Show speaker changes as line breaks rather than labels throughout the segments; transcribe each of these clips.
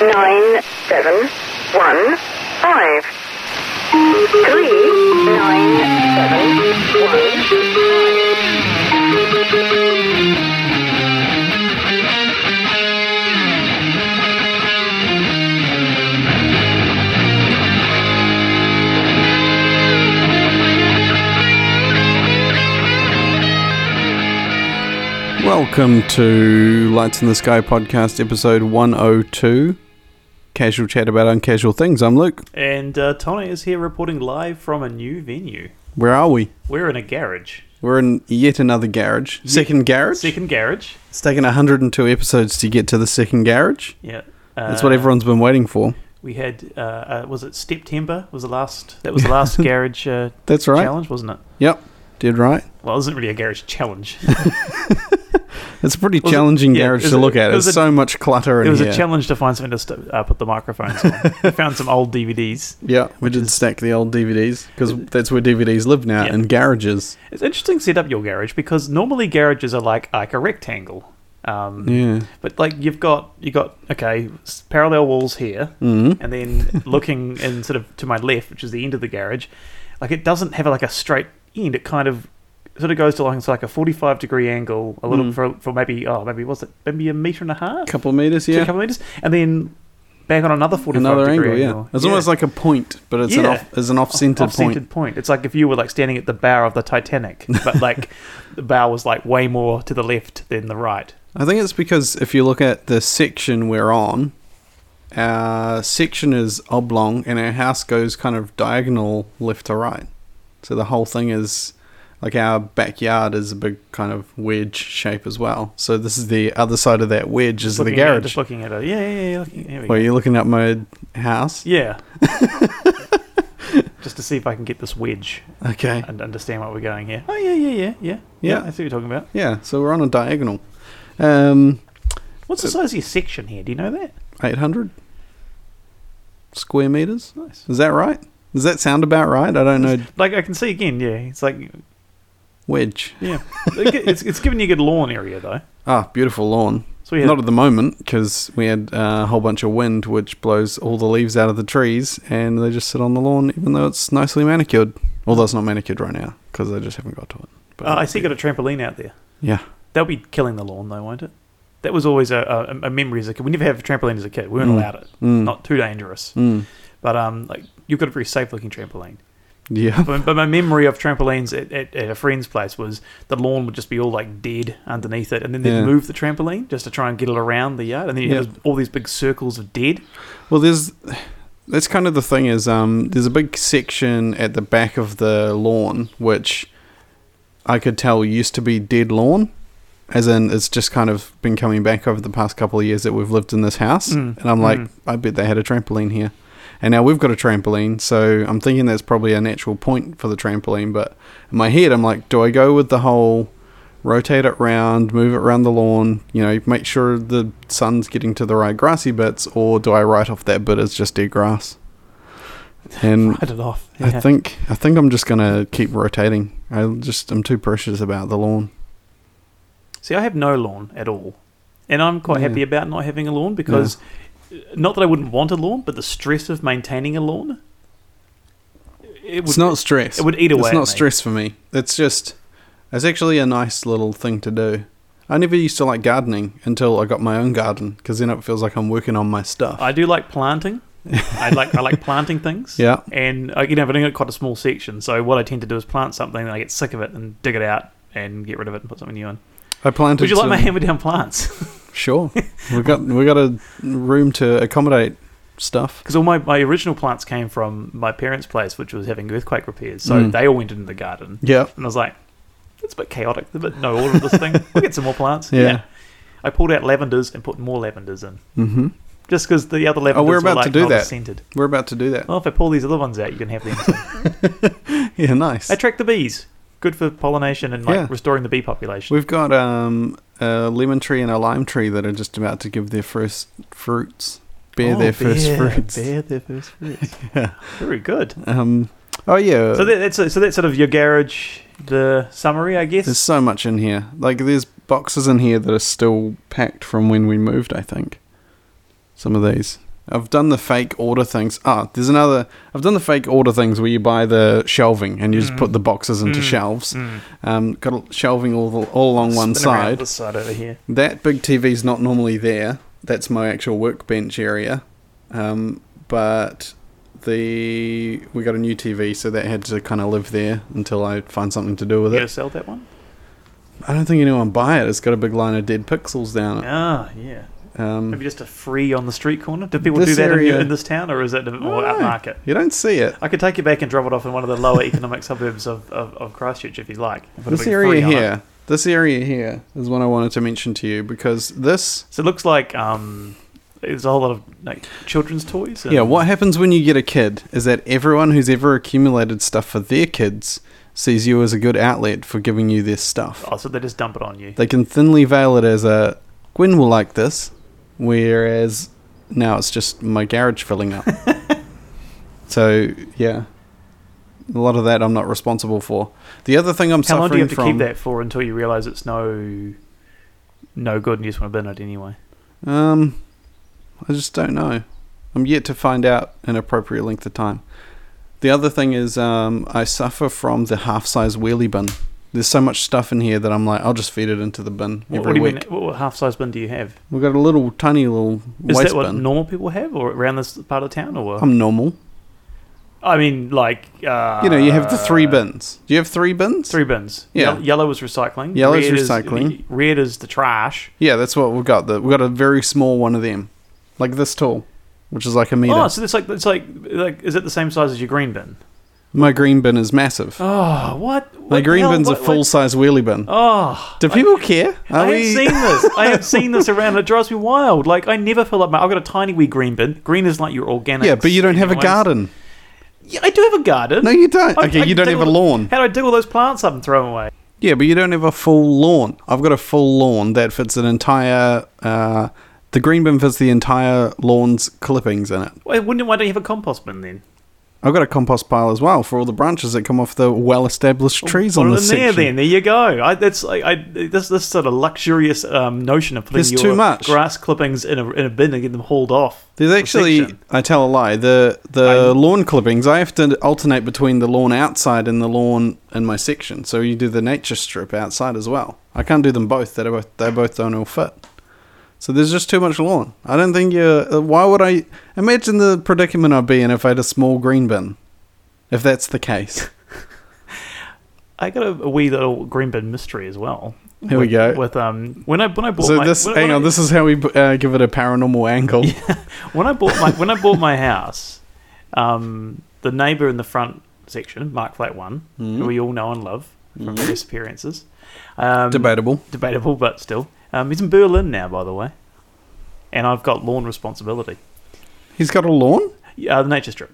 nine seven one five. Three nine seven one.
Welcome to Lights in the Sky podcast, episode 102. Casual chat about uncasual things. I'm Luke.
And uh, Tony is here reporting live from a new venue.
Where are we?
We're in a garage.
We're in yet another garage. Second garage?
Second garage.
It's taken 102 episodes to get to the second garage.
Yeah. Uh,
That's what everyone's been waiting for.
We had, uh, uh, was it September? Was the last, that was the last garage uh,
That's right.
challenge, wasn't it?
Yep. Did right.
Well, it isn't really a garage challenge.
It's a pretty
it-
challenging
yeah,
garage
it was
to
a-
look at.
it was
There's
a-
so much clutter in
it was
here.
a challenge to find something to st- uh, put the microphones on. we found some old DVDs.
Yeah, we did stack the old DVDs because that's where DVDs live now
Yeah.
in garages.
It's interesting to set up your garage because normally garages are like like a rectangle. Um,
Yeah.
But like you've got you got okay s- parallel walls here,
Mm-hmm.
and then looking in sort of to my left, which is the end of the garage, like it doesn't have like a straight end. It kind of sort of goes to like it's like a forty five degree angle, a little for for maybe oh maybe what's it maybe a meter and a
Mm.
half,
couple meters,
two
yeah.
couple meters, and then back on another forty five
Another
degree
angle, yeah. It's almost like a point, but it's an
Yeah.
off, it's an off-centered point.
Off-centered point. It's like if you were like standing at the bow of the Titanic, but like the bow was like way more to the left than the right.
I think it's because if you look at the section we're on, our section is oblong and our house goes kind of diagonal left to right. So the whole thing is like our backyard is a big kind of wedge shape as well. So this is the other side of that wedge is the
Looking at-
garage.
just looking at it. Yeah, yeah, yeah. Looking, here we go.
Where you're looking at my house.
Yeah. Just to see if I can get this wedge
Okay.
and understand what we're going here. Oh yeah, yeah, yeah, yeah,
Yeah.
yeah. I see what you're talking about.
Yeah, so we're on a diagonal. Um
What's the size of your section here? Do you know that?
800 square meters.
Nice.
Is that right? Does that sound about right? I don't know
Like I can see again. Yeah, it's like
wedge.
yeah, it's it's giving you a good lawn area though.
Ah, beautiful lawn.
So we had-
Not at the moment because we had uh, a whole bunch of wind, which blows all the leaves out of the trees, and they just sit on the lawn, even though it's nicely manicured. Although it's not manicured right now because I just haven't got to it. But
Uh, I see. you Got a trampoline out there.
yeah,
They'll be killing the lawn though, won't it? That was always a, a, a memory as a kid. We never had a trampoline as a kid. We weren't allowed it. Not too dangerous. But um, like you've got a very safe looking trampoline.
yeah.
But, but my memory of trampolines at, at, at a friend's place was the lawn would just be all like dead underneath it, and then they'd
Yeah.
move the trampoline just to try and get it around the yard, and then you
Yeah.
have all these big circles of dead.
Well, there's that's kind of the thing is um, there's a big section at the back of the lawn which I could tell used to be dead lawn, as in it's just kind of been coming back over the past couple of years that we've lived in this house, and I'm like, I bet they had a trampoline here, and now we've got a trampoline, so I'm thinking that's probably a natural point for the trampoline, but in my head I'm like, do I go with the whole rotate it round, move it around the lawn, you know, make sure the sun's getting to the right grassy bits, or do I write off that bit as just dead grass? And
Cut it off.
I think I think I'm just gonna keep rotating. I just I'm too precious about the lawn.
See, I have no lawn at all, and I'm quite
Yeah.
happy about not having a lawn because uh, not that I wouldn't want a lawn, but the stress of maintaining a lawn. It would,
It's not stress.
it would eat away
It's
at
not
me.
stress for me. It's just it's actually a nice little thing to do. I never used to like gardening until I got my own garden because then it feels like I'm working on my stuff.
I do like planting. I like I like planting things.
Yeah.
And I, you know, I've only got quite a small section, so what I tend to do is plant something, and I get sick of it and dig it out and get rid of it and put something new in.
I planted.
Would you like
some-
my hammer down plants?
Sure, we got we got a room to accommodate stuff.
Because all my, my original plants came from my parents' place, which was having earthquake repairs, so
Mm.
they all went into the garden.
Yeah,
And I was like, it's a bit chaotic, a bit no order of this thing. We'll get some more plants.
Yeah.
I pulled out lavenders and put more lavenders in,
hmm
just because the other lavenders
Oh, we're
were
about to
like
do
not
that.
as scented.
we're about to do that.
Well, if I pull these other ones out, you can have them. too.
Yeah, nice.
They attract the bees. Good for pollination and like
Yeah.
restoring the bee population.
We've got um, a lemon tree and a lime tree that are just about to give their first fruits, bear
Oh,
their first
bear-
fruits.
Bear their first fruits. Very good.
Um, oh yeah,
So that, that's so that's sort of your garage, the summary, I guess.
there's so much in here. Like there's boxes in here that are still packed from when we moved. I think some of these. I've done the fake order things. Ah, there's another. I've done the fake order things where you buy the shelving and you just put the boxes into shelves. Um, got a- shelving all, the, all along one
Spin around
side.
This side over here.
That big TV's not normally there. That's my actual workbench area. Um, but the we got a new TV, so that had to kind of live there until I find something to do with
You gonna
it.
sell that one?
I don't think anyone buy it. It's got a big line of dead pixels down it.
Ah, yeah.
Um,
Maybe just a free on the street corner. Do people
This
do that in,
area-
in this town, or is that more
No.
upmarket?
You don't see it.
I could take you back and drop it off in one of the lower economic suburbs of, of, of Christchurch if you like. Put a
This
big
area
free on it.
here, this area here is one I wanted to mention to you because this.
So it looks like um, there's a whole lot of like children's toys. And
Yeah, what happens when you get a kid is that everyone who's ever accumulated stuff for their kids sees you as a good outlet for giving you their stuff.
Oh, so they just dump it on you.
They can thinly veil it as a Gwen will like this, whereas now it's just my garage filling up. so yeah, a lot of that I'm not responsible for. The other thing I'm
How long
suffering
do you have to
from.
keep that for until you realise it's no no good and you just want to bin it anyway?
Um, I just don't know. I'm yet to find out an appropriate length of time. The other thing is, um, I suffer from the half-size wheelie bin. There's so much stuff in here that I'm like, I'll just feed it into the bin
What,
every
what do you
week.
mean? What, what half size bin do you have?
We've got a little tiny little
Is
waste
that what
bin. Um,
normal people have, or around this part of town, or
I'm normal.
I mean, like uh,
You know, you have the three bins. Do you have three bins?
Three bins.
Yeah.
Yel- Yellow is recycling.
Yellow is
Red
recycling.
red is the trash.
Yeah, that's what we've got. The, we've got a very small one of them, like this tall, which is like a meter.
Oh, so it's like it's like like is it the same size as your green bin?
My green bin is massive.
Oh, what?
My
what
green
the hell?
bin's
What-
a
what-
full-size wheelie bin.
Oh,
Do people care? Are
I have
we-
seen this. I have seen this around. It drives me wild. Like I never fill up my. I've got a tiny wee green bin. Green is like your organic.
Yeah, but you don't have a garden.
Yeah, I do have a garden.
No, you don't. Okay, you
can
don't
dig
have a
all-
lawn.
How do I dig all those plants up and throw them away?
Yeah, but you don't have a full lawn. I've got a full lawn that fits an entire. Uh, the green bin fits the entire lawn's clippings in it.
Why wouldn't? Why don't you have a compost bin then?
I've got a compost pile as well for all the branches that come off the well-established trees
Put
on
it
this
in there
section.
then. There you go. I, that's I, I this this sort of luxurious um, notion of putting
There's
your
too much.
grass clippings in a in a bin and getting them hauled off.
There's
the
actually,
section.
I tell a lie. The the
I-
lawn clippings. I have to alternate between the lawn outside and the lawn in my section. So you do the nature strip outside as well. I can't do them both. They both they both don't all fit. So there's just too much lawn. I don't think you. uh, Why would I imagine the predicament I'd be in if I had a small green bin? If that's the case,
I got a, a wee little green bin mystery as well.
here we
with,
go.
With um, when I when I bought
so
my,
this,
when,
hang
when
on,
I,
this is how we uh, give it a paranormal angle.
when I bought my when I bought my house, um, the neighbour in the front section, Mark Flat One,
Hmm.
who we all know and love from various appearances, um,
Debatable.
debatable, but still, um, he's in Berlin now, by the way, and I've got lawn responsibility.
He's got a lawn.
Yeah, uh, the nature strip.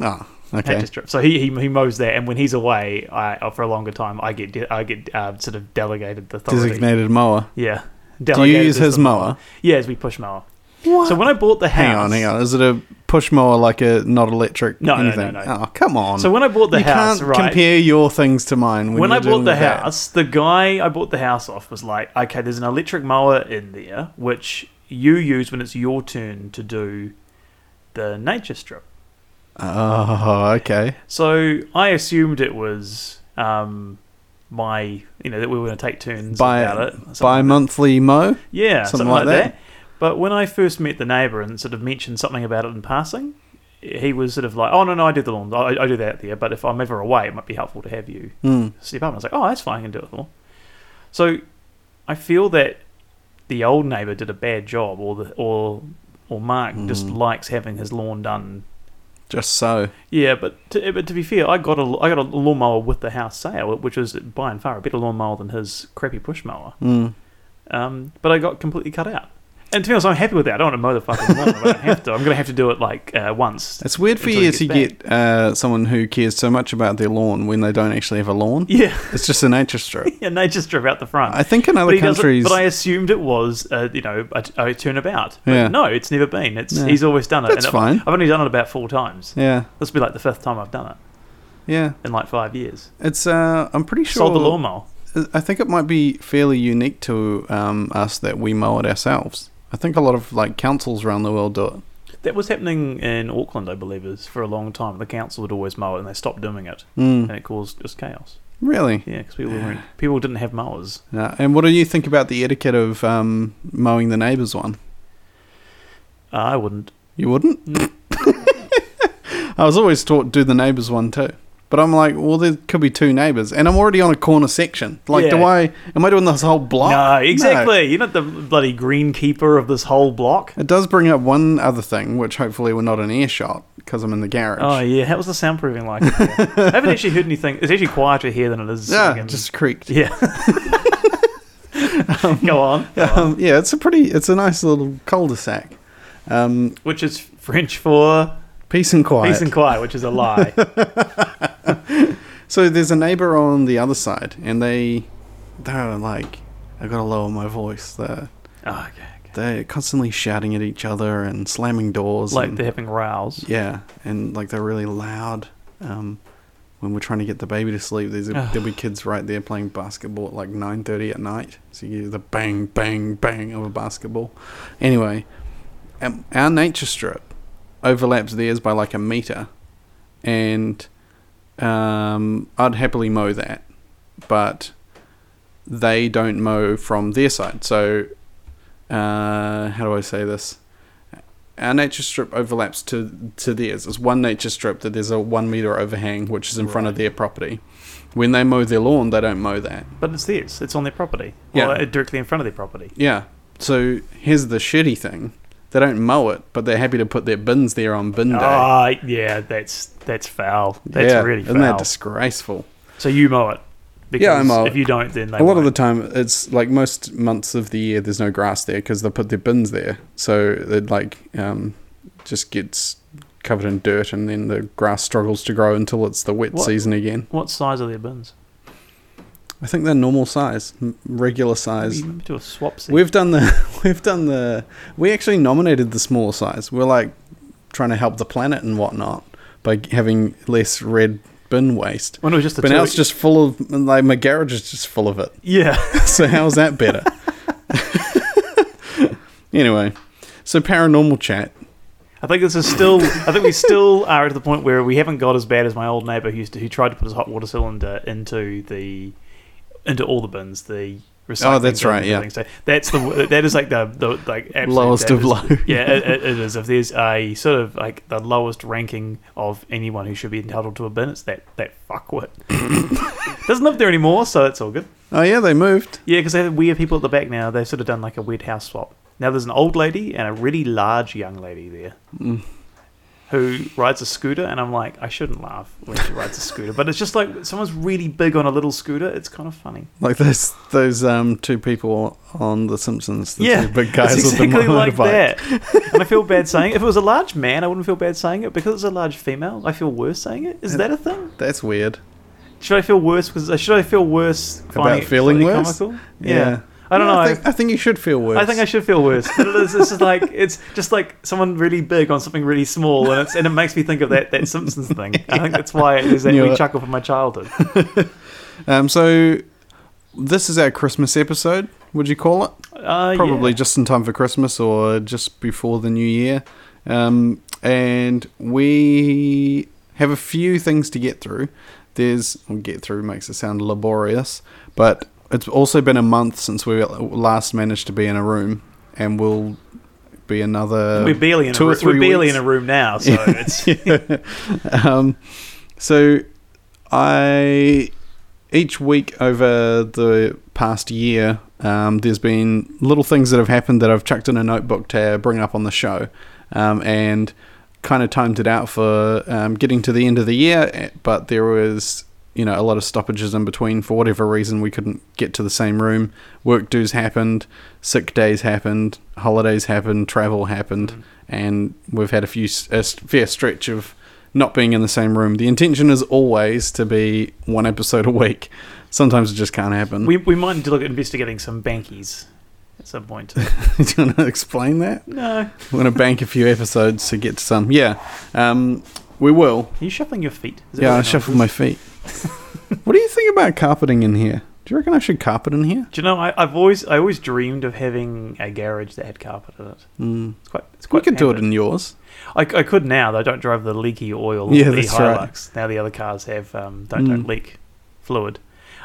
Ah,
Nature
okay.
strip. So he, he he mows there, and when he's away, I uh, for a longer time, I get de- I get uh, sort of delegated the authority.
Designated mower.
Yeah.
Do you
Delegated
use
as
his
the-
mower?
Yeah, as we push mower.
What?
So when I bought the house,
Hang on, hang on. Is it a push mower like a not electric?
No, no, no,
anything?
no.
Oh, come on.
So when I bought the
you
house,
can't
right?
compare your things to mine. When,
when
you're
I
dealing
bought the
with that.
house, the guy I bought the house off was like, okay, there's an electric mower in there, which you use when it's your turn to do the nature strip.
Oh, okay.
So I assumed it was um, my, you know, that we were going to take turns about
By
it. something
by
like
monthly mo.
Yeah,
Something like that.
But when I first met the neighbour and sort of mentioned something about it in passing, he was sort of like, "Oh no, no, I do the lawn. I, I do that there. But if I'm ever away, it might be helpful to have you
Hmm,
step up." And I was like, "Oh, that's fine. I can do it all." So I feel that the old neighbour did a bad job, or the or or Mark just likes having his lawn done.
Just so.
Yeah, but to, eh, but to be fair, I got a I got a lawnmower with the house sale, which was by and far a better lawnmower than his crappy push mower.
Mm.
Um, but I got completely cut out. And to be honest, I'm happy with that. I don't want to mow the fucking lawn. I don't have to. I'm going to have to do it like uh, once.
It's weird for
until
you
he
to
gets back.
get uh, someone who cares so much about their lawn when they don't actually have a lawn.
Yeah.
It's just a nature strip.
yeah, they just drove out the front.
I think in
but,
other
he doesn't-
countries.
but I assumed it was, uh, you know, a, a turnabout. But
Yeah.
No, it's never been. It's
Yeah.
he's always done it.
That's
and
fine.
I've, I've only done it about four times.
yeah,
This will be like the fifth time I've done it
yeah.
in like five years.
It's. Uh, I'm pretty sure.
Sold the lawnmower.
I think it might be fairly unique to um, us that we mow it ourselves. I think a lot of like councils around the world do it.
that was happening in Auckland, I believe, is for a long time. The council would always mow it, and they stopped doing it,
Mm.
and it caused just chaos.
Really?
Yeah, because people weren't people didn't have mowers.
Uh, and what do you think about the etiquette of um, mowing the neighbours one?
Uh, I wouldn't.
You wouldn't?
Mm.
I was always taught do the neighbours one too. But I'm like, well, there could be two neighbours, and I'm already on a corner section. Like, do
Yeah.
I am I doing this whole block?
No, exactly. You're not the bloody greenkeeper of this whole block.
It does bring up one other thing, which hopefully we're not in earshot because I'm in the garage.
Oh yeah, how was the soundproofing like? up there? I haven't actually heard anything. It's actually quieter here than it is.
yeah,
in-
just creaked.
yeah. go on,
Um, yeah, it's a pretty, it's a nice little cul-de-sac. Um,
which is French for
peace and quiet.
peace and quiet, which is a lie. Oh,
so there's a neighbor on the other side, and they, they're like, I gotta lower my voice. They're
oh, okay, okay.
they're constantly shouting at each other and slamming doors.
Like
and-
they're having rows.
Yeah, and like they're really loud. Um, when we're trying to get the baby to sleep, there's a,
Ugh.
there'll be kids right there playing basketball at like nine thirty at night. So you hear the bang, bang, bang of a basketball. Anyway, um, our nature strip overlaps theirs by like a meter, and um, I'd happily mow that, but they don't mow from their side. So uh, how do I say this? Our nature strip overlaps to to theirs. It's one nature strip that there's a one meter overhang, which is in front of
Right.
their property. When they mow their lawn, they don't mow that.
But it's theirs. It's on their property.
Yeah.
Well, uh, directly in front of their property.
Yeah. So here's the shitty thing: they don't mow it, but they're happy to put their bins there on bin day.
Ah, yeah, that's that's foul. That's
Yeah,
really foul.
isn't that disgraceful?
so you mow it. Because
Yeah, I mow
If
it.
you don't, then they
a lot of the
won't.
time it's like most months of the year there's no grass there because they put their bins there so it like um, just gets covered in dirt and then the grass struggles to grow until it's the wet
What?
season again
What size are their bins?
i think they're normal size m- regular size
You do a swap set.
we've done the we've done the we actually nominated the small size we're like trying to help the planet and whatnot by g- having less red bin waste
When it was just the
but
two.
now it's just full of like my garage is just full of it
yeah.
so how's that better? anyway, so paranormal chat.
I think this is still. I think we still are at the point where we haven't got as bad as my old neighbour who used to, who tried to put his hot water cylinder into the into all the bins. The recycling
Oh, that's
bin
right,
and
yeah.
everything. So that's the that is like the the like absolute
Lowest
that
of
is-
low.
yeah, it, it- it is. If there's a sort of like the lowest ranking of anyone who should be entitled to a bin, it's that that fuckwit. Doesn't live there anymore, so it's all good.
Oh yeah, they moved.
Yeah, because they have weird people at the back now. They've sort of done like a weird house swap. Now there's an old lady and a really large young lady there
Mm.
who rides a scooter, and I'm like, I shouldn't laugh when she rides a scooter, but it's just like someone's really big on a little scooter. It's kind of funny.
Like those those um two people on The Simpsons. The
yeah,
two big guys
it's exactly
with the
like
motorbike.
that. and I feel bad saying it. If it was a large man, I wouldn't feel bad saying it. Because it's a large female, I feel worse saying it. Is that a thing?
That's weird.
Should I feel worse? Because should I feel worse finding it
feeling
slightly
worse?
Comical? Yeah. I don't
Yeah,
know.
I think, I think you should feel worse.
I think I should feel worse. But it is, this is like it's just like someone really big on something really small, and it's and it makes me think of that that Simpsons thing. I think that's why it is that
Knew
wee
it.
chuckle from my childhood. Uh,
Um. So this is our Christmas episode. Would you call it?
Uh,
Probably
yeah.
just in time for Christmas or just before the new year. Um, and we have a few things to get through. There's well, get through makes it sound laborious, but it's also been a month since we last managed to be in a room, and we'll be another
we're barely in a
uh, two or
room.
three
We're barely
weeks.
in a room now, so it's
um, so I each week over the past year, um, there's been little things that have happened that I've chucked in a notebook to bring up on the show, um, and kind of timed it out for um, getting to the end of the year. eh, But there was you know a lot of stoppages in between for whatever reason we couldn't get to the same room. Work dues happened, sick days happened, holidays happened, travel happened, and we've had a few s- a s- fair stretch of not being in the same room. The intention is always to be one episode a week. Sometimes it just can't happen.
we we might need to look at investigating some bankies at some point.
Do you want to explain that?
No, are
We're going to bank a few episodes to get to some. Yeah, um, we will.
you shuffling your feet? Is that
Yeah, I
what's going
shuffle my feet. what do you think about carpeting in here? Do Do you reckon I should carpet in here?
Do you know? I, I've always I always dreamed of having a garage that had carpet in it. Mm. It's quite. It's
We
quite.
could do it
handy.
in yours.
I, I could now though. I don't drive the leaky oil.
Yeah,
the
that's
Hilux.
right. Mm.
Now the other cars have um, don't don't leak fluid.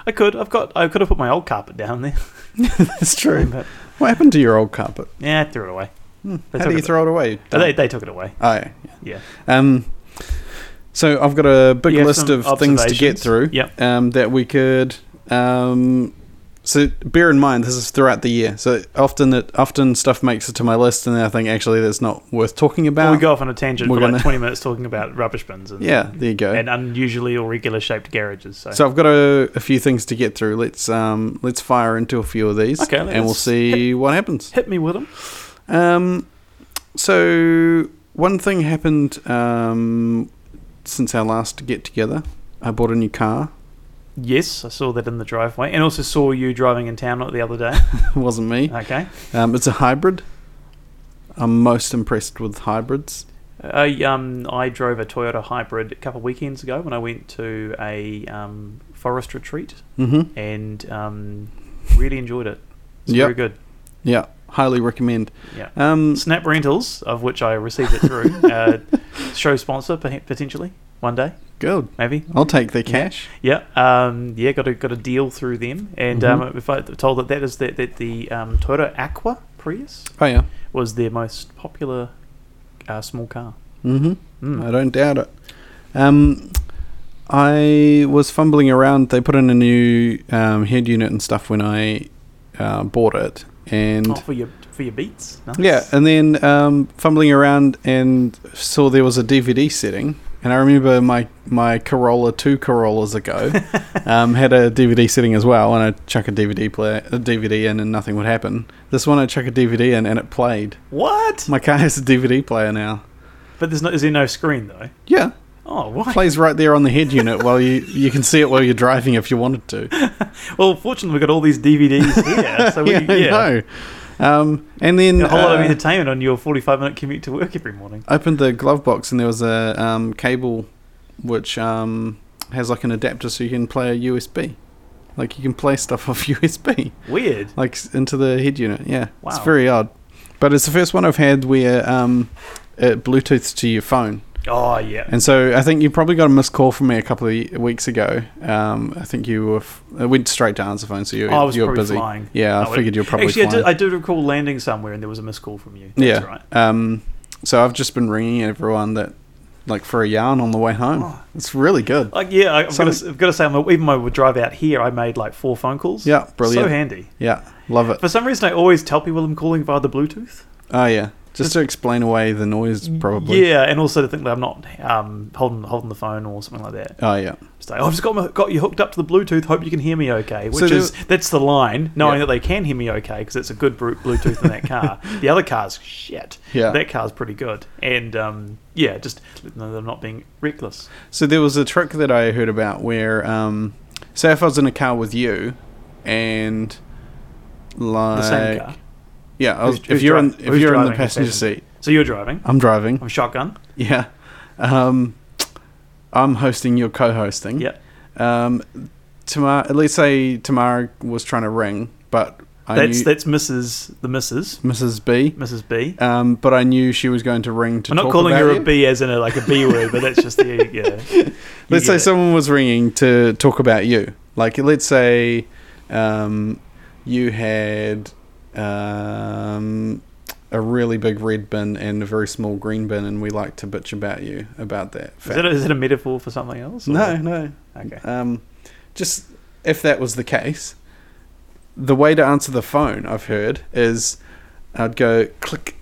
I could. I've got. I could have put my old carpet down there.
That's true.
but
What happened to your old carpet? Hmm.
yeah, I threw it away. They
How
took
do you
it-
throw it away?
Oh, they, they took it away.
Oh, yeah.
Yeah.
Um, so I've got a big
You have
list
some
of things to get
observations?
through.
Yep.
Um, that we could. Um, so bear in mind this is throughout the year. So often it often stuff makes it to my list, and then I think actually that's not worth talking about.
Well, we go off on a tangent
we're
for
gonna-
like twenty minutes talking about rubbish bins and
Yeah, there you go.
and uh, unusually or regular shaped garages. So,
so I've got a, a few things to get through. Let's um, let's fire into a few of these,
Okay,
and we'll
let's
see what happens.
hit me with them.
Um, so one thing happened um, since our last get together. I bought a new car.
Yes, I saw that in the driveway, and also saw you driving in town the other day.
it wasn't me.
Okay,
Um, it's a hybrid. I'm most impressed with hybrids.
I um I drove a Toyota hybrid a couple of weekends ago when I went to a um, forest retreat
Mm-hmm.
and um, really enjoyed it. It's
Yep.
very good.
Yeah, highly recommend.
Yeah.
Um,
Snap Rentals, of which I received it through, uh, show sponsor pe- potentially one day,
good.
maybe.
I'll take their cash.
Yeah, um, yeah, got a got a deal through them, and
Mm-hmm.
um, if I told that that is that that the um, Toyota Aqua Prius
Oh yeah.
was their most popular uh, small car.
Mm-hmm.
Mm.
I don't doubt it. Um, I was fumbling around. They put in a new um, head unit and stuff when I uh, bought it, and
Oh, for your for your beats. Nice.
Yeah, and then um, fumbling around and saw there was a DVD setting, and I remember my my Corolla two Corollas ago um, had a DVD setting as well, and I would chuck a DVD player a DVD in, and nothing would happen. This one I chuck a DVD in, and it played.
What?
My car has a DVD player now.
But there's no is there no screen though?
Yeah,
Oh, why?
plays right there on the head unit while you you can see it while you're driving if you wanted to.
Well, fortunately we have got all these DVDs here, so we
yeah,
yeah,
I know. Um, and then
a whole lot of
uh,
entertainment on your 45 minute commute to work every morning.
opened the glove box and there was a um, cable which um, has like an adapter so you can play a USB. Like you can play stuff off USB,
Weird.
like s- into the head unit. Yeah, it's
Wow.
very odd. But it's the first one I've had where um, it Bluetooths to your phone.
Oh yeah.
And so I think you probably got a missed call from me a couple of ye- weeks ago. Um, I think you were f- it went straight to answer phone, so you,
Oh, I was
you were
probably
busy.
flying.
Yeah, I
would-
figured you were probably
actually.
flying.
I, do, I do recall landing somewhere and there was a missed call from you. That's
yeah.
right.
Um, so I've just been ringing everyone that like for a yarn on the way home.
Oh.
It's really good.
Like yeah, I- I've got,
Something-
to, I've got to say, I'm, even my drive out here, I made like four phone calls.
Yeah, brilliant.
So handy.
Yeah, love it.
For some reason, I always tell people I'm calling via the Bluetooth.
Oh yeah, just to explain away the noise, probably.
Yeah, and also to think that I'm not um, holding holding the phone or something like that.
Oh yeah.
Just like, oh, I've just got my, got you hooked up to the Bluetooth. Hope you can hear me okay. Which
So there-
is that's the line, knowing
Yeah.
that they can hear me okay because it's a good bru- Bluetooth in that car. the other car's shit.
Yeah.
that car's pretty good. And um, yeah, just letting them know I'm not being reckless.
So there was a trick that I heard about where, um, say, if I was in a car with you, and
The
like,
same car.
yeah, I was,
Who's-
if
who's
you're
dri-
in if
who's
you're in the
driving?
passenger
Passenger.
seat, Uh,
So you're driving.
I'm driving.
I'm shotgun.
Yeah, um, I'm hosting. You're co-hosting.
Yeah.
Um, Tamara, let's say Tamara was trying to ring, but I
That's
knew
that's Mrs. the Mrs.
Mrs. B.
Mrs. B.
Um, but I knew she was going to ring to.
I'm not
talk
calling
about
her a
you.
B as in a like a B word, but that's just the yeah. You
Let's
get
say
it.
someone was ringing to talk about you. Like, let's say um, you had um, a really big red bin and a very small green bin, and we like to bitch about you about that.
Is
fact.
it, a, is it a metaphor for something else? or-
no, no.
Okay.
Um, just if that was the case, the way to answer the phone I've heard is I'd go click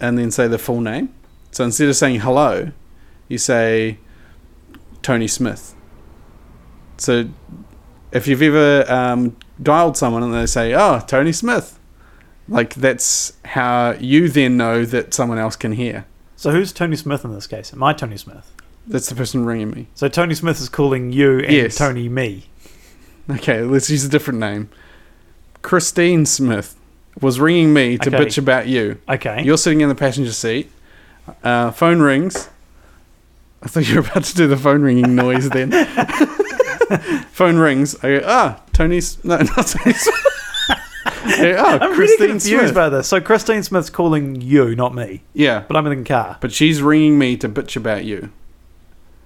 and then say the full name. So instead of saying hello, you say Tony Smith. So if you've ever um, dialed someone and they say, "Oh, Tony Smith," like that's how you then know that someone else can hear.
So who's Tony Smith in this case? Am I Tony Smith?
That's the person ringing me.
So Tony Smith is calling you and
Yes.
Tony me.
Okay, let's use a different name. Christine Smith was ringing me to
Okay.
bitch about you.
Okay.
You're sitting in the passenger seat. Uh, phone rings. I thought you were about to do the phone ringing noise then. phone rings. I go, ah, Tony's. No, not Tony's. oh,
I'm really
Christine
confused
Smith.
by this. So Christine Smith's calling you, not me.
yeah,
But I'm in the car.
but she's ringing me to bitch about you.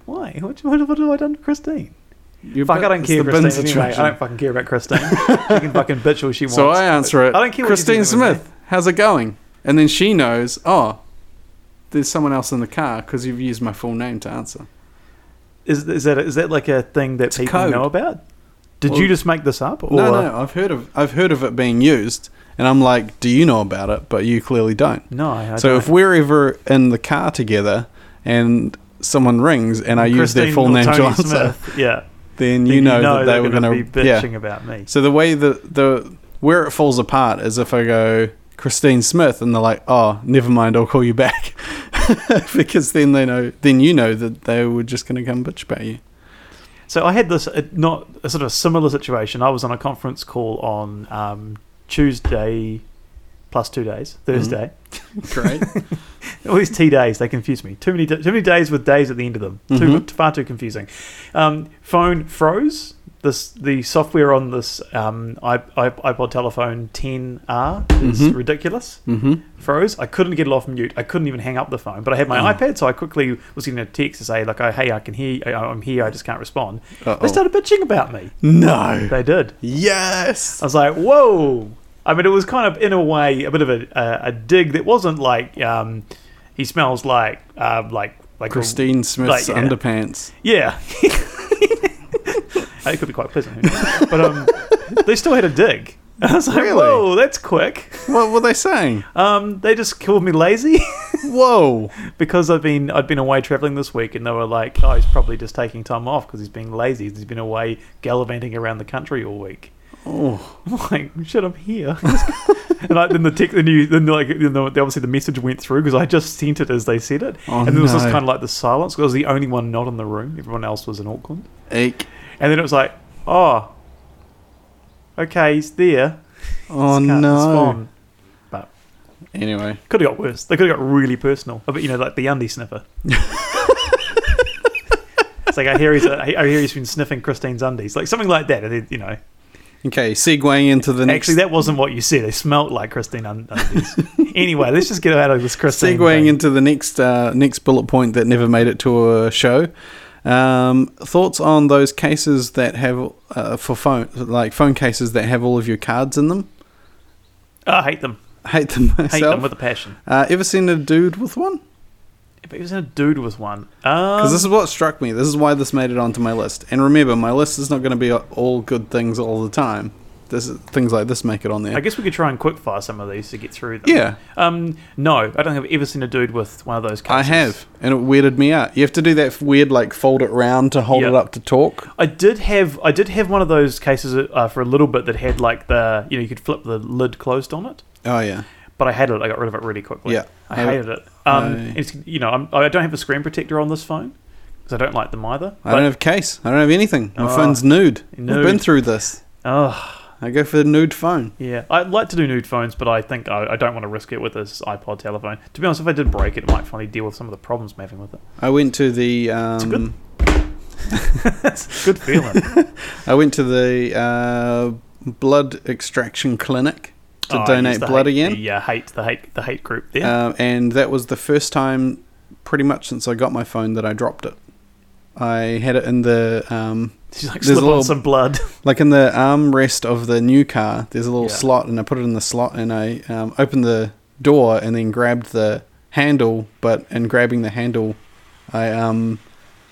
Why? What, what, what have I done to Christine?
you
Fuck,
bit-
I don't
it's
care,
the bin
Christine. Anyway,
situation.
I don't fucking care about Christine. she can fucking bitch all she wants.
so I answer it.
I don't care what you do
Christine
with me.
Smith, how's it going? And then she knows. Oh, there's someone else in the car because you've used my full name to answer.
Is, is that is that like a thing that
a
people
code.
know about? Did
Well-
you just make this up? Or
No, no, I've heard of I've heard of it being used, and I'm like, do you know about it? But you clearly don't.
No, I
so
don't.
if we're ever in the car together and someone rings and I use their
Christine
full
or
name to
Tony
answer,
Smith, yeah.
then
Then
you know, that they
they're
were
gonna
going
be
to
bitching about me.
So the way the the where it falls apart is if I go Christine Smith and they're like, "Oh, never mind, I'll call you back," because then they know, then you know that they were just going to come bitch about you.
So I had this uh, not a sort of similar situation. I was on a conference call on um, Tuesday, plus two days, Thursday.
Great.
All these T days they confuse me. Too many too many days with days at the end of them. Too far too confusing. Um, phone froze. This the software on this um, i- i- iPod telephone 10R is ridiculous.
hmm
froze. I couldn't get it off mute. I couldn't even hang up the phone. But I had my iPad, so I quickly was getting a text to say like, oh, "Hey, I can hear. I- I'm here. I just can't respond."
Uh-oh.
They started bitching about me.
No.
They did.
Yes.
I was like, "Whoa!" I mean, it was kind of in a way a bit of a a, a dig that wasn't like um, he smells like um, like like a-
Christine Smith's
Like, yeah.
underpants.
yeah. it could be quite pleasant, who knows? but um, they still had a dig. I was like,
Really?
"Whoa, that's quick."
What were they saying?
Um, they just called me lazy.
Whoa.
because I've been I'd been away traveling this week, and they were like, "Oh, he's probably just taking time off because he's being lazy. He's been away gallivanting around the country all week."
Oh.
I'm like, "Shit, I'm here." and I, then the tech, then you, then like, you know, obviously the message went through because I just sent it as they said it,
Oh,
and then there was just
no.
kind of like the silence because I was the only one not in the room. Everyone else was in Auckland,
Ache.
and then it was like, "Oh, okay, he's there."
Oh
Just can't
no.
respond." But
Anyway.
could have got worse. They could have got really personal. But you know, like the undie sniffer. it's like I hear he's I hear he's been sniffing Christine's undies, like something like that. and it- You know,
Okay, segueing into the next
actually, that wasn't what you said. They smelt like Christine un- undies. anyway, let's just get out of this Christine.
segueing
thing.
into the next uh, next bullet point that never made it to a show. Um, thoughts on those cases that have uh, for phone like phone cases that have all of your cards in them?
Oh, I hate them.
Hate them myself.
Hate them with Um, a passion.
uh, ever seen a dude with one?
But he was in a dude with one.
Because this is
Um,
what struck me. This is why this made it onto my list. And remember, my list is not going to be all good things all the time. This is, things like this make it on there.
I guess we could try and quickfire some of these to get through them.
yeah,
Um, no, I don't think I've ever seen a dude with one of those.
I
Cases.
have, and it weirded me out. You have to do that weird like fold it round to hold
Yep.
it up to talk.
I did have I did have one of those cases uh, for a little bit that had like the you know you could flip the lid closed on it,
Oh yeah.
but I hated it. I got rid of it really quickly.
Yeah.
I
I-
hated it. Um,
I-
and it's, you know I'm, I don't have a screen protector on this phone because I don't like them either.
I don't have case. I don't have anything. My
Oh,
phone's nude. I've
nude.
been through this.
Oh
I go for the nude phone.
yeah, I'd like to do nude phones, but I think I, I don't want to risk it with this iPod telephone. To be honest, if I did break it, it might finally deal with some of the problems I'm having with it.
I went to the
good-
um,
It's a good feeling.
I went to the uh, blood extraction clinic
Oh,
to
I
donate
used to
blood
hate
again,
The uh, hate the hate the hate group there.
uh, and that was the first time, pretty much since I got my phone, that I dropped it. I had it in the um,
She's like
there's a
slip on
little-
some blood.
like in the armrest of the new car. There's a little
Yeah.
slot, and I put it in the slot, and I um, opened the door, and then grabbed the handle. But in grabbing the handle, I um,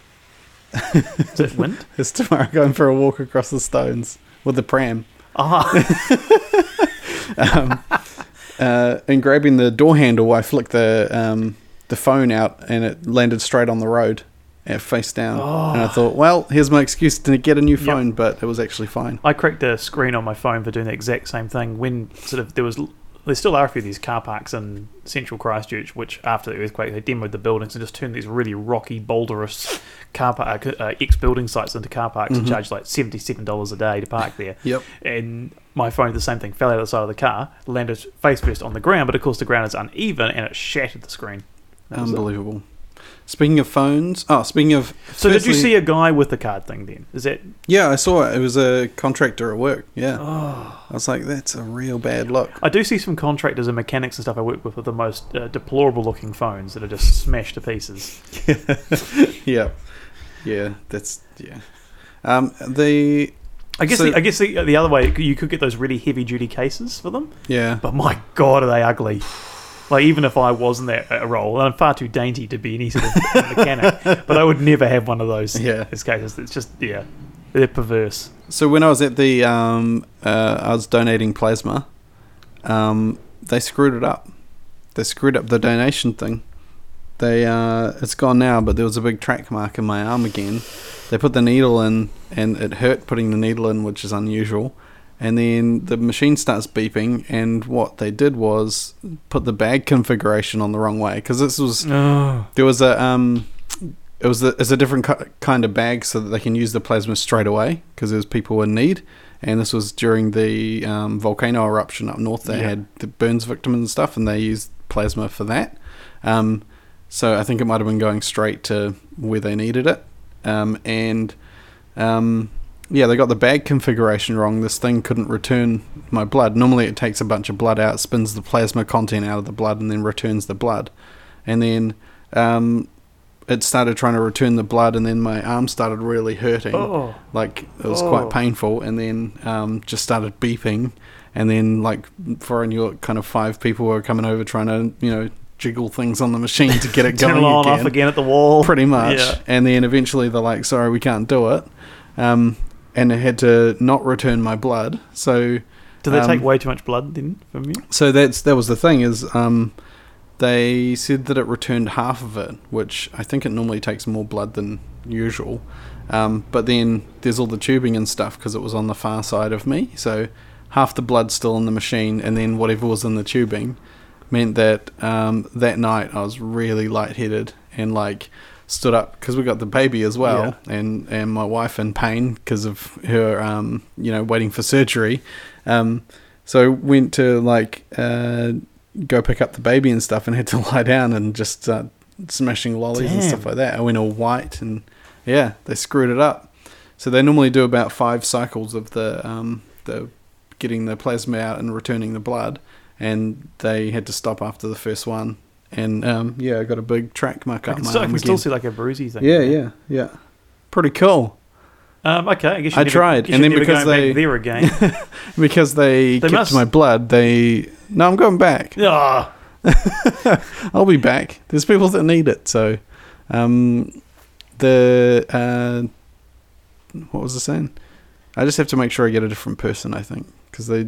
Is it wind?
It's tomorrow going for a walk across the stones with the pram.
Ah.
Uh, and grabbing the door handle, I flicked the um, the phone out, and it landed straight on the road, uh, face down. And
Oh.
I thought, well, here's my excuse to get a new phone, but it was actually fine.
I cracked a screen on my phone for doing the exact same thing when sort of there was there still are a few of these car parks in central Christchurch, which after the earthquake they demoed the buildings and just turned these really rocky, boulderous car park uh, ex building sites into car parks and charged like seventy seven dollars a day to park there.
Mm-hmm. Yep.
And my phone did the same thing, fell out of the side of the car, landed face first on the ground, but of course the ground is uneven and it shattered the screen. That was it.
Unbelievable. Speaking of phones, oh, speaking of.
So did you
firstly-
see a guy with the card thing then? Is that
Yeah, I saw it. It was a contractor at work. Yeah,
oh.
I was like, that's a real bad look.
I do see some contractors and mechanics and stuff I work with with the most uh, deplorable looking phones that are just smashed to pieces.
Yeah, yeah, that's yeah. Um, the
I guess
So-
the, I guess the, the other way you could get those really heavy duty cases for them,
yeah,
but my god are they ugly. Like even if I was in that uh, role, and I'm far too dainty to be any sort of mechanic, but I would never have one of those.
Yeah.
those cases. It's just yeah, they're perverse.
So when I was at the, um, uh, I was donating plasma. Um, they screwed it up. They screwed up the donation thing. They, uh, it's gone now, but there was a big track mark in my arm again. They put the needle in, and it hurt putting the needle in, which is unusual. And then the machine starts beeping, and what they did was put the bag configuration on the wrong way because this was
Oh,
there was a um, it was a, it's a different ki- kind of bag so that they can use the plasma straight away because there's people in need. And this was during the um, volcano eruption up north. They
Yeah.
had the burns victims and stuff, and they used plasma for that. Um, so I think it might have been going straight to where they needed it. Um, and um, yeah, they got the bag configuration wrong. This thing couldn't return my blood. Normally, it takes a bunch of blood out, spins the plasma content out of the blood, and then returns the blood. And then um, it started trying to return the blood, and then my arm started really hurting.
Oh.
Like, it was
Oh.
quite painful, and then um, just started beeping. And then, like, for a new kind of five people were coming over trying to, you know, jiggle things on the machine to get it
turn
going
it on
again
off again at the wall.
pretty much.
Yeah.
And then eventually they're like, "Sorry, we can't do it," um, and I had to not return my blood. So,
Do they
Um,
take way too much blood then from you?
so that's that was the thing is, um, they said that it returned half of it, which I think it normally takes more blood than usual. Um, but then there's all the tubing and stuff because it was on the far side of me, so half the blood still in the machine, and then whatever was in the tubing meant that um, that night I was really lightheaded and like stood up because we got the baby as well and and my wife in pain because of her um you know waiting for surgery um so went to like uh go pick up the baby and stuff and had to lie down and just start smashing lollies and stuff
Damn.
like that i went all white and yeah they screwed it up so they normally do about five cycles of the um the getting the plasma out and returning the blood, and they had to stop after the first one. And um, yeah, I got a big track mark
I
up
can,
my
still, I
arm
can still
again.
see like a bruisey thing.
yeah, yeah, yeah. Pretty cool
Um, okay, I guess you
I
never,
tried,
guess
and then
you're never
because
going
they-
back there again.
because they, kept
must-
my blood. They no, I'm going back.
Ah,
I'll be back. There's people that need it. So, um, the uh, what was I saying? I just have to make sure I get a different person. I think because they,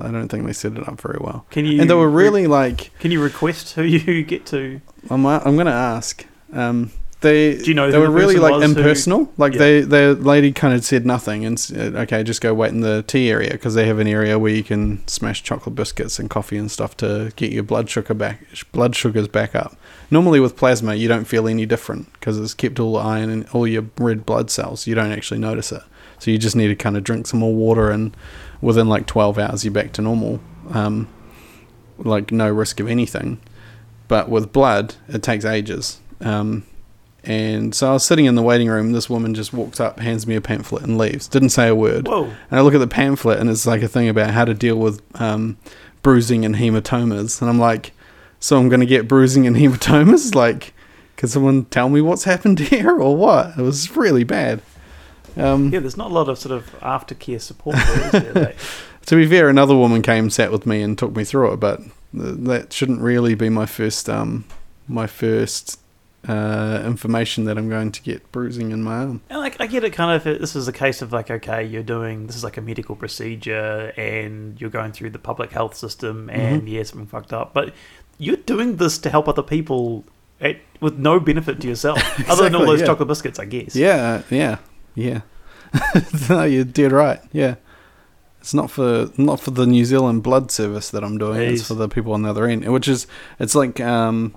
I don't think they set it up very well.
can you?
And they were
re-
really like
Can you request who you get to?
I'm, uh, I'm gonna ask. Um, they
Do you know
they
who
were
the
really
person
like
was who-
impersonal. Like
Yeah.
they the lady kind of said nothing and said, okay, just go wait in the tea area because they have an area where you can smash chocolate biscuits and coffee and stuff to get your blood sugar back blood sugars back up. Normally with plasma, you don't feel any different because it's kept all the iron and all your red blood cells. You don't actually notice it. So you just need to kind of drink some more water and within like 12 hours you're back to normal. Um, like no risk of anything but with blood it takes ages um, and so i was sitting in the waiting room this woman just walks up hands me a pamphlet and leaves didn't say a word
Whoa.
and i look at the pamphlet and it's like a thing about how to deal with um, bruising and hematomas and i'm like so i'm going to get bruising and hematomas like can someone tell me what's happened here or what it was really bad um,
Yeah, there's not a lot of sort of aftercare support. there, is there, like,
to be fair, another woman came, sat with me, and took me through it. But th- that shouldn't really be my first, um, my first uh, information that I'm going to get bruising in my arm.
and like, I get it kind of. if This is a case of like, okay, you're doing this is like a medical procedure, and you're going through the public health system,
Mm-hmm.
and yeah, something fucked up, but you're doing this to help other people. At, with no benefit to yourself, other than all
Exactly,
those
yeah.
chocolate biscuits, I guess.
Yeah, yeah, yeah. no, you're dead right. Yeah, it's not for not for the New Zealand Blood Service that I'm doing.
Yes.
It's for the people on the other end, which is it's like um,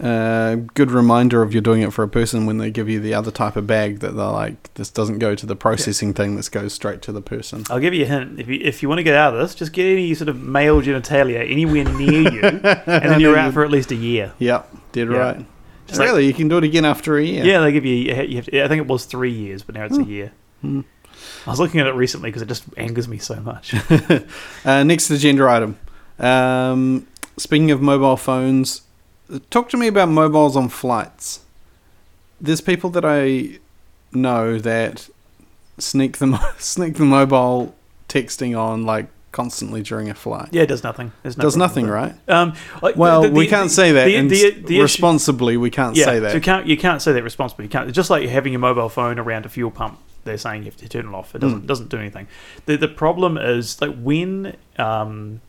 a good reminder of you're doing it for a person when they give you the other type of bag that they're like, this doesn't go to the processing thing. This goes straight to the person.
I'll give you a hint. If you, if you want to get out of this, just get any sort of male genitalia anywhere near you, and then you're out for at least a year.
Yep, dead
Yeah.
right.
Just like-
really, you can do it again after a year.
yeah, they give you. you have to, I think it was three years, but now
Hmm.
it's a year. I was looking at it recently because it just angers me so much.
Uh, next agenda item. Um, speaking of mobile phones, talk to me about mobiles on flights. There's people that I know that sneak the mo- sneak the mobile texting on like constantly during a flight.
yeah, it does nothing. There's no
Does
problem
nothing,
with it.
right?
Um, like,
Well,
the- the-
we can't
the-
say that.
the-
and
the-
s-
the issue-
responsibly, we can't say that.
So you can't you can't say that responsibly. You can't it's just like having your mobile phone around a fuel pump. They're saying you have to turn it off. It
Mm.
doesn't doesn't do anything. The the problem is like when um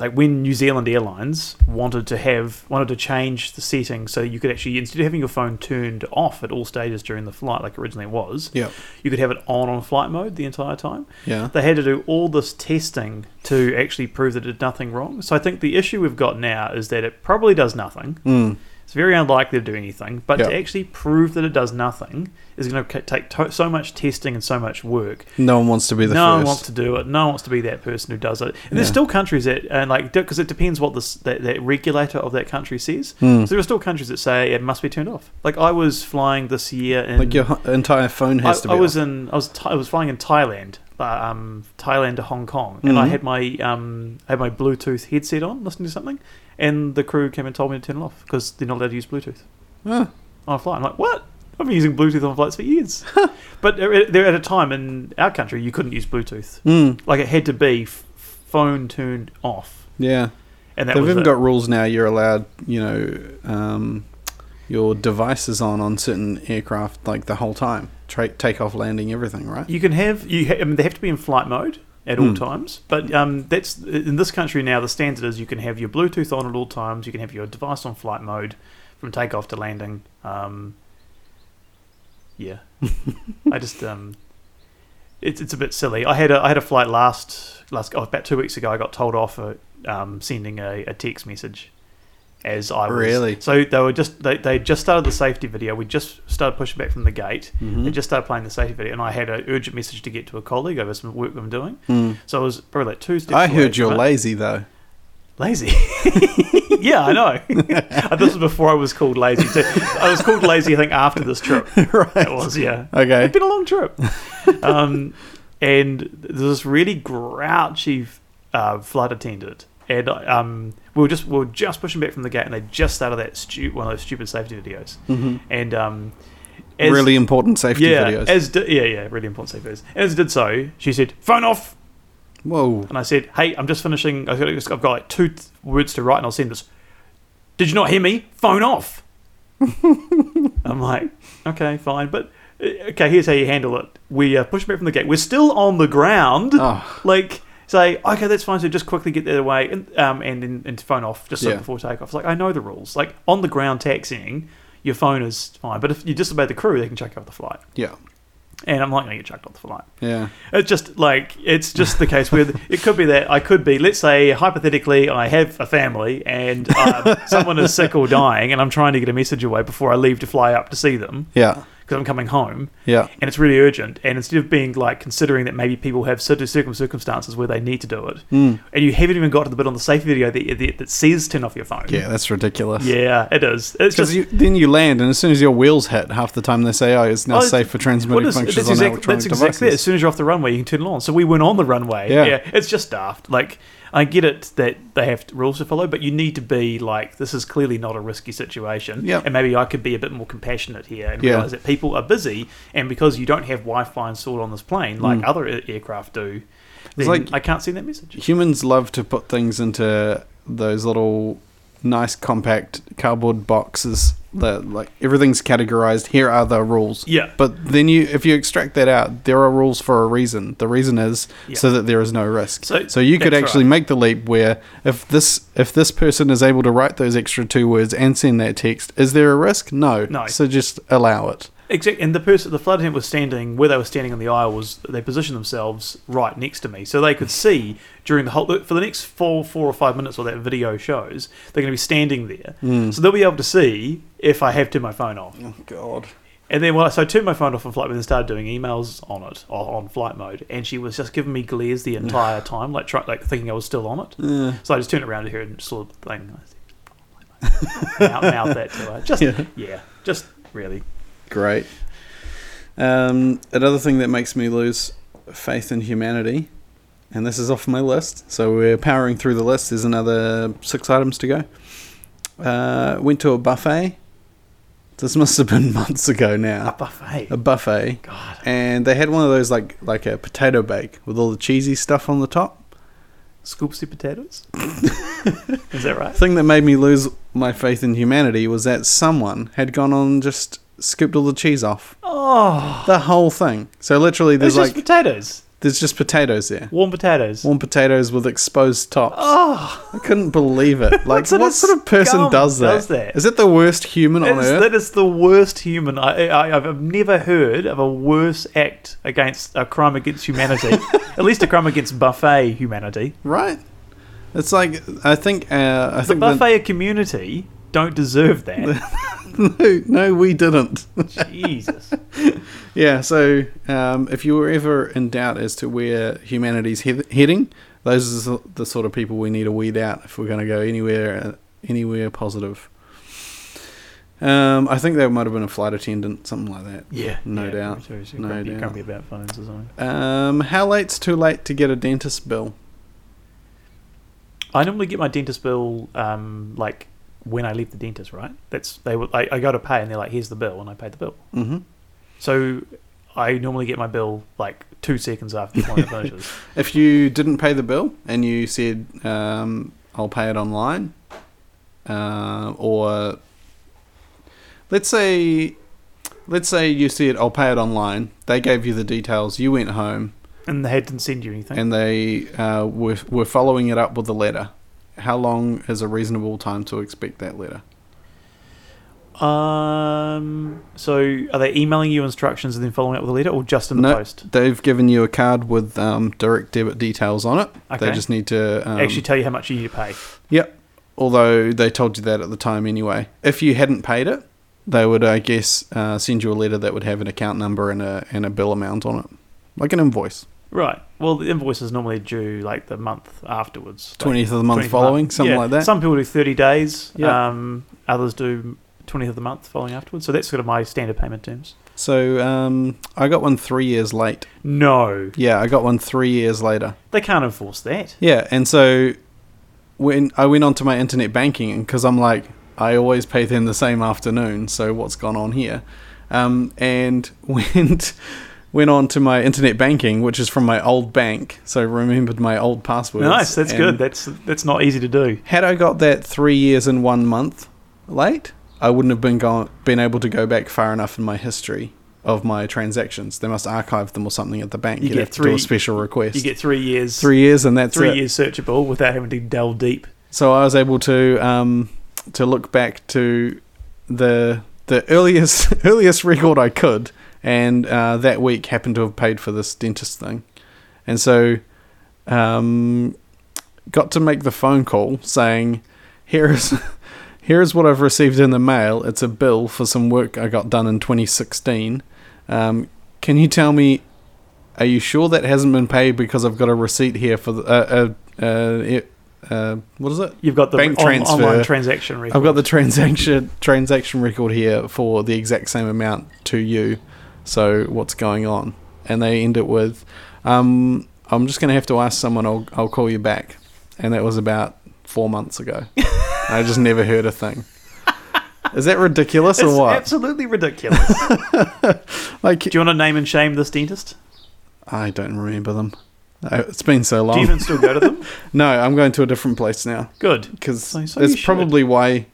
like when New Zealand Airlines wanted to have wanted to change the setting so you could actually instead of having your phone turned off at all stages during the flight like originally it was,
Yep.
you could have it on on flight mode the entire time.
Yeah.
They had to do all this testing to actually prove that it did nothing wrong. So I think the issue we've got now is that it probably does nothing.
Mm.
It's very unlikely to do anything, but to
Yeah.
actually prove that it does nothing is going to take to- so much testing and so much work.
No one wants to be the
no one
first.
wants to do it. No one wants to be that person who does it. And there's
Yeah.
still countries that, and like, because it depends what this that, that regulator of that country says.
Hmm.
So there are still countries that say it must be turned off. Like I was flying this year in
like your h- entire phone
I,
has to be.
I was
off.
in I was Tha- I was flying in Thailand, uh, um, Thailand to Hong Kong, and
Mm-hmm.
I had my um I had my Bluetooth headset on, listening to something, and the crew came and told me to turn it off because they're not allowed to use Bluetooth
Huh.
on a flight. I'm like, what? I've been using Bluetooth on flights for years, but there there at a time in our country you couldn't use Bluetooth,
Mm,
like it had to be f- phone turned off,
yeah.
and that
They've
was
even
it.
got rules now. You're allowed, you know, um, your devices on on certain aircraft like the whole time, Tra- take off, landing, everything, right?
You can have you. Ha- I mean, they have to be in flight mode at
Hmm.
all times. But um, that's in this country now. The standard is you can have your Bluetooth on at all times. You can have your device on flight mode from takeoff to landing. Um, yeah, I just um, it's it's a bit silly. I had a I had a flight last last oh, about two weeks ago. I got told off for um, sending a, a text message. As I was,
Really?
so they were just they they just started the safety video. We just started pushing back from the gate.
Mm-hmm.
They just started playing the safety video, and I had an urgent message to get to a colleague over some work I'm doing. So I was probably like uh, two steps.
Hmm. I
away
heard
from
you're
it.
lazy though.
Lazy. yeah, I know. this was before I was called lazy. So I was called lazy, I think, after this trip.
right.
It was, yeah.
Okay.
It's been a long trip. Um, and there's this really grouchy uh, flight attendant. And um, we were just we were just pushing back from the gate, and they just started that stu- one of those stupid safety videos. And um, as-
Mm-hmm. really important safety
yeah,
videos.
as di- yeah, yeah, really important safety videos. As did so, she said, "Phone off,"
Whoa.
and I said, "Hey, I'm just finishing. I've got, I've got like two th- words to write, and I'll send this." Did you not hear me? Phone off. I'm like, okay, fine, but uh, okay. Here's how you handle it. We uh, push back from the gate. We're still on the ground.
Oh.
Like, say, okay, that's fine. So just quickly get the other way and um and then and phone off just so
Yeah.
before takeoff. It's like I know the rules. Like on the ground taxiing, your phone is fine, but if you disobey the crew, they can chuck you off the flight.
Yeah.
And I'm not going to get chucked off the flight.
Yeah.
It's just like it's just the case where it could be that I could be, let's say, hypothetically, I have a family and um, someone is sick or dying, and I'm trying to get a message away before I leave to fly up to see them
Yeah.
because I'm coming home,
Yeah.
and it's really urgent. And instead of being like considering that maybe people have certain circum- circumstances where they need to do it,
Hmm.
and you haven't even got to the bit on the safety video that, that, that says turn off your phone.
Yeah. That's ridiculous.
yeah, it is. It's just
Because then you land, and as soon as your wheels hit, half the time they say, "Oh, it's now
Oh,
safe for transmitting
Well, that's-
functions
that's
on
exact-
electronic
that's exactly it. As
devices."
soon as you're off the runway, you can turn it on. So we went on the runway.
Yeah.
Yeah. it's just daft. Like I get it that they have rules to follow, but you need to be like, this is clearly not a risky situation.
Yep.
and maybe I could be a bit more compassionate here and
Yeah.
realize that people are busy, and because you don't have Wi-Fi installed on this plane like other a- aircraft do, then
Mm. like-
I can't send that message.
Humans love to put things into those little nice compact cardboard boxes that like everything's categorized. Here are the rules.
Yeah.
But then you, if you extract that out, there are rules for a reason. The reason is
Yeah.
so that there is no risk.
So-
you could
that's
actually
right.
make the leap where if this if this person is able to write those extra two words and send that text, is there a risk? No.
No.
So just allow it.
Exactly, and the person, the flight attendant was standing where they were standing on the aisle was they positioned themselves right next to me, so they could see during the whole for the next four, four or five minutes, or that video shows they're going to be standing there, so they'll be able to see if I have turned my phone off.
Oh God.
And then, well, so I turned my phone off on flight mode and started doing emails on it or on flight mode, and she was just giving me glares the entire time, like try, like thinking I was still on it. So I just turned around to her and saw the thing. and I said, "Flight mode." mouth, mouth that to her. Just
Yeah.
yeah. just really.
Great. Um, another thing that makes me lose faith in humanity, and this is off my list, so we're powering through the list. There's another six items to go. Uh, went to a buffet. This must have been months ago
A
now.
buffet.
A buffet.
God.
And they had one of those like like a potato bake with all the cheesy stuff on the top.
Scoopsy potatoes? Is that right?
The thing that made me lose my faith in humanity was that someone had gone on and just skipped all the cheese off.
Oh,
The whole thing. So literally
there's
there's
just
like
potatoes.
There's just potatoes there.
Warm potatoes.
Warm potatoes with exposed tops.
Oh,
I couldn't believe it. Like,
sort of
what sort of person
scum
does that?
does that?
Is it the worst human on
that is,
earth?
that is the worst human. I, I, I've never heard of a worse act against a crime against humanity. At least a crime against buffet humanity.
right? It's like I think uh, I
The
think
buffet community don't deserve that.
that- no, no, we didn't.
Jesus.
yeah. So um, if you were ever in doubt as to where humanity's he- heading, those are the sort of people we need to weed out if we're going to go anywhere uh, anywhere positive. Um, I think they might have been a flight attendant, something like that.
Yeah,
No
yeah,
doubt.
Sorry, sorry,
No
grumpy,
doubt.
grumpy about phones or something.
Um, how late's too late to get a dentist bill?
I normally get my dentist bill um, like when I leave the dentist. Right? That's they. Will, I, I go to pay, and they're like, "Here's the bill," and I paid the bill.
Mm-hmm.
So I normally get my bill like two seconds after the appointment finishes.
If you didn't pay the bill and you said, um, "I'll pay it online," uh, or let's say, let's say you said, "I'll pay it online," they gave you the details. You went home,
And they didn't send you anything.
and they uh, were were following it up with a letter. How long is a reasonable time to expect that letter?
um. So are they emailing you instructions and then following up with a letter, or just in the
No,
post?
they've given you a card with um, direct debit details on it. They
Okay.
just need to um,
Actually, tell you how much you need to pay.
Yep. Although they told you that at the time anyway. If you hadn't paid it, they would, I guess, uh, send you a letter that would have an account number and a and a bill amount on it, like an invoice.
Right. Well, the invoice is normally due like the month afterwards. Like,
Twentieth of the month
20th
following,
month.
something
Yeah.
like that.
Some people do 30 days.
Yeah.
Um, others do 20th of the month following afterwards. So that's sort of my standard payment terms.
so um, I got one three years late.
No,
Yeah, I got one three years later.
they can't enforce that.
Yeah, and so when I went onto my internet banking, because I'm like, I always pay them the same afternoon, so what's gone on here? Um, and went went on to my internet banking, which is from my old bank, so remembered my old password.
Nice, that's good. That's that's not easy to do.
had I got that three years and one month late, I wouldn't have been go- been able to go back far enough in my history of my transactions. They must archive them or something at the bank.
You
You'd
get
have to do a
three-
special request.
You get three years,
three years, and that's
three
it.
years searchable without having to delve deep.
So I was able to um, to look back to the the earliest earliest record I could, and uh, that week happened to have paid for this dentist thing, and so um, got to make the phone call saying, "Here is here is what I've received in the mail. It's a bill for some work I got done in 2016. Um, can you tell me?" Are you sure that hasn't been paid? Because I've got a receipt here for the uh, uh, uh, it- uh, what is it?
You've got the
Bank
on-
transfer.
online transaction record.
I've got the transaction transaction record here for the exact same amount to you. So what's going on? And they end it with, um, "I'm just going to have to ask someone. I'll I'll call you back." And that was about four months ago. I just never heard a thing. Is that ridiculous
it's
or what?
absolutely ridiculous. do
like
you want to name and shame this dentist?
I don't remember them. Uh, It's been so
Do
long.
you even still go to them?
no, I'm going to a different place now.
Good.
because
So- Oh, so you
that's
should.
probably why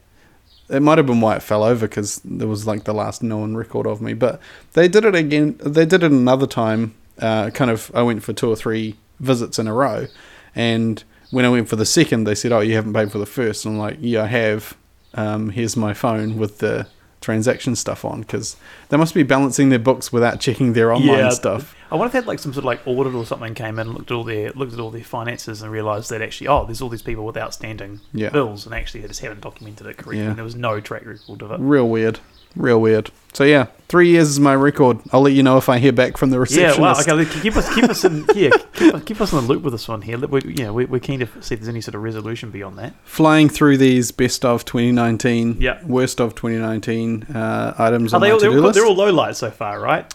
it might have been why it fell over because there was like the last known record of me. But they did it again. They did it another time. Uh, kind of, I went for two or three visits in a row, and when I went for the second, they said, "Oh, you haven't paid for the first. And I'm like, "Yeah, I have. Um, here's my phone with the transaction stuff on because they must be balancing their books without checking their online stuff."
I wonder if they had like some sort of like audit or something came in and looked at all their looked at all their finances and realised that actually oh there's all these people with outstanding
Yeah.
bills and actually they just haven't documented it correctly
Yeah.
and there was no track record of it.
Real weird. Real weird. So yeah, three years is my record. I'll let you know if I hear back from the
Yeah,
receptionist.
well, okay, look, keep us keep us in yeah keep, keep us in the loop with this one here. Look, We, you know, we, we're keen to see if there's any sort of resolution beyond that.
Flying through these best of 2019,
Yeah.
worst of 2019 uh, items
Are
on
they
my
all,
to-do
they're, all,
list.
they're all low lights so far, right?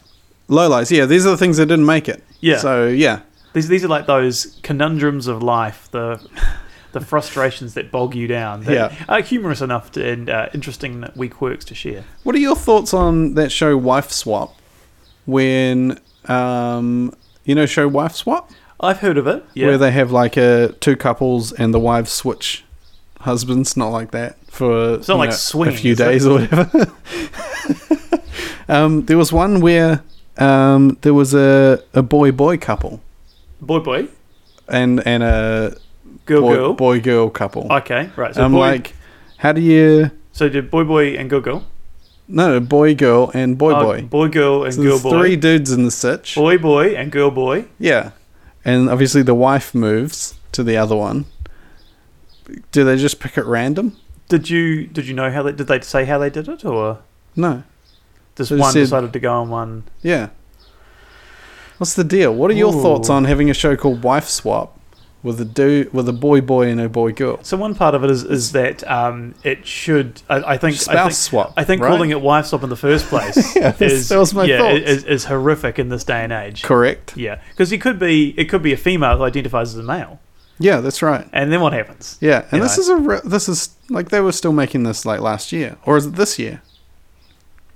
Lowlights, yeah. These are the things that didn't make it.
Yeah.
So yeah,
These these are like those conundrums of life, the the frustrations that bog you down. That
Yeah.
are humorous enough to, and uh, interesting weak quirks to share.
What are your thoughts on that show Wife Swap? When um, you know show Wife Swap,
I've heard of it. Yeah,
where they have like a two couples and the wives switch husbands, not like that for
not
you
like
know,
swinging,
a few
is it?
days or whatever. um, there was one where um, there was a a boy boy couple
boy, boy,
and and a
girl,
boy
girl.
boy girl couple.
Okay, right. So
I'm
boy,
like, how do you?
so did boy, boy, and girl, girl.
No, boy girl and boy
Oh,
boy.
boy, girl, and
So
girl,
there's
boy.
three dudes in the sitch.
Boy, boy, and girl, boy.
Yeah. And obviously the wife moves to the other one. Do they just pick at random?
Did you did you know how they did they say how they did it or
No.
just
They
one
said-
decided to go on one?
Yeah. What's the deal? What are your
Ooh.
thoughts on having a show called Wife Swap with a do with a boy boy and a boy girl?
So one part of it is is that um, it should. I, I think I think,
Spouse swap,
I think
right?
calling it wife swap in the first place
Yeah, that's-
is
that was my
yeah,
thoughts.
Is, is horrific in this day and age.
Correct.
Yeah, because it could be it could be a female who identifies as a male,
Yeah, that's right.
and then what happens?
Yeah, and
You
this
know.
is a re- this is like they were still making this like last year or is it this year?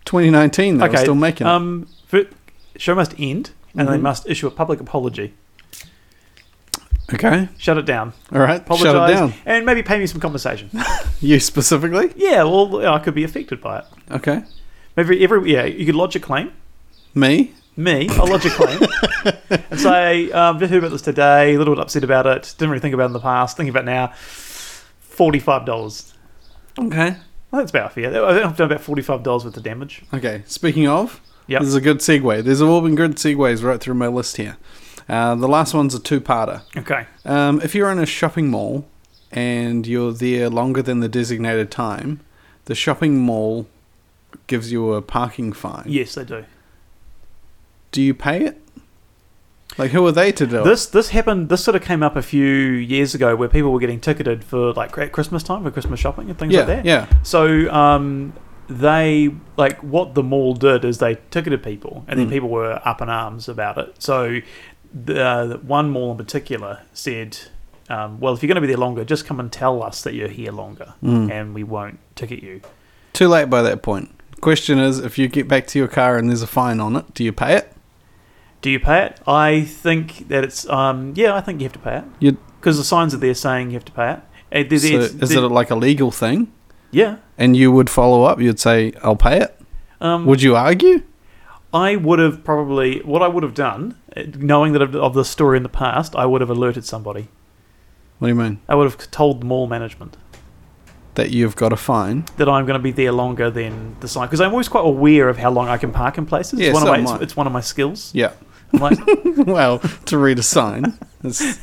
2019 they were still making it.
um, fir- show must end, and they
Mhm.
must issue a public apology.
Okay.
Shut it down.
All right.
Apologize,
Shut it down.
and maybe pay me some compensation.
You specifically?
yeah, well, I could be affected by it.
Okay.
Maybe every yeah, you could lodge a claim.
Me?
me, I'll lodge a claim and say, um, just heard about this today, a little bit upset about it, didn't really think about it in the past, thinking about it now, $45.
Okay.
Well, that's about fair. I think I've done about $45 worth of damage.
Okay, speaking of,
Yep.
this is a good segue. There's all been good segues right through my list here. Uh, the last one's a two-parter.
Okay.
Um, if you're in a shopping mall and you're there longer than the designated time, the shopping mall gives you a parking fine.
Yes, they do.
Do you pay it? Like, who are they to do it?
This this happened. This sort of came up a few years ago where people were getting ticketed for like at Christmas time for Christmas shopping and things
yeah,
like that.
yeah,
So um, they like what the mall did is they ticketed people, and then
Mm.
people were up in arms about it. So the uh, one mall in particular said, um, "Well, if you're going to be there longer, just come and tell us that you're here longer,
Mm.
and we won't ticket you."
Too late by that point. Question is, if you get back to your car and there's a fine on it, do you pay it?
Do you pay it? I think that it's um, yeah, I think you have to pay it
You,
because the signs are there saying you have to pay it. And there's-
so
it's-
is
there-
it like a legal thing?
yeah?
And you would follow up. You'd say, "I'll pay it."
Um,
Would you argue?
I would have probably what I would have done, eh, knowing that of, of the story in the past, I would have alerted somebody.
What do you mean?
I would have told mall management
That you've got a fine?
that I'm going to be there longer than the sign because I'm always quite aware of how long I can park in places.
Yeah,
it's, one
so
of my,
am
it's,
I.
it's one of my skills.
Yeah.
I'm like,
well, to read a sign, that's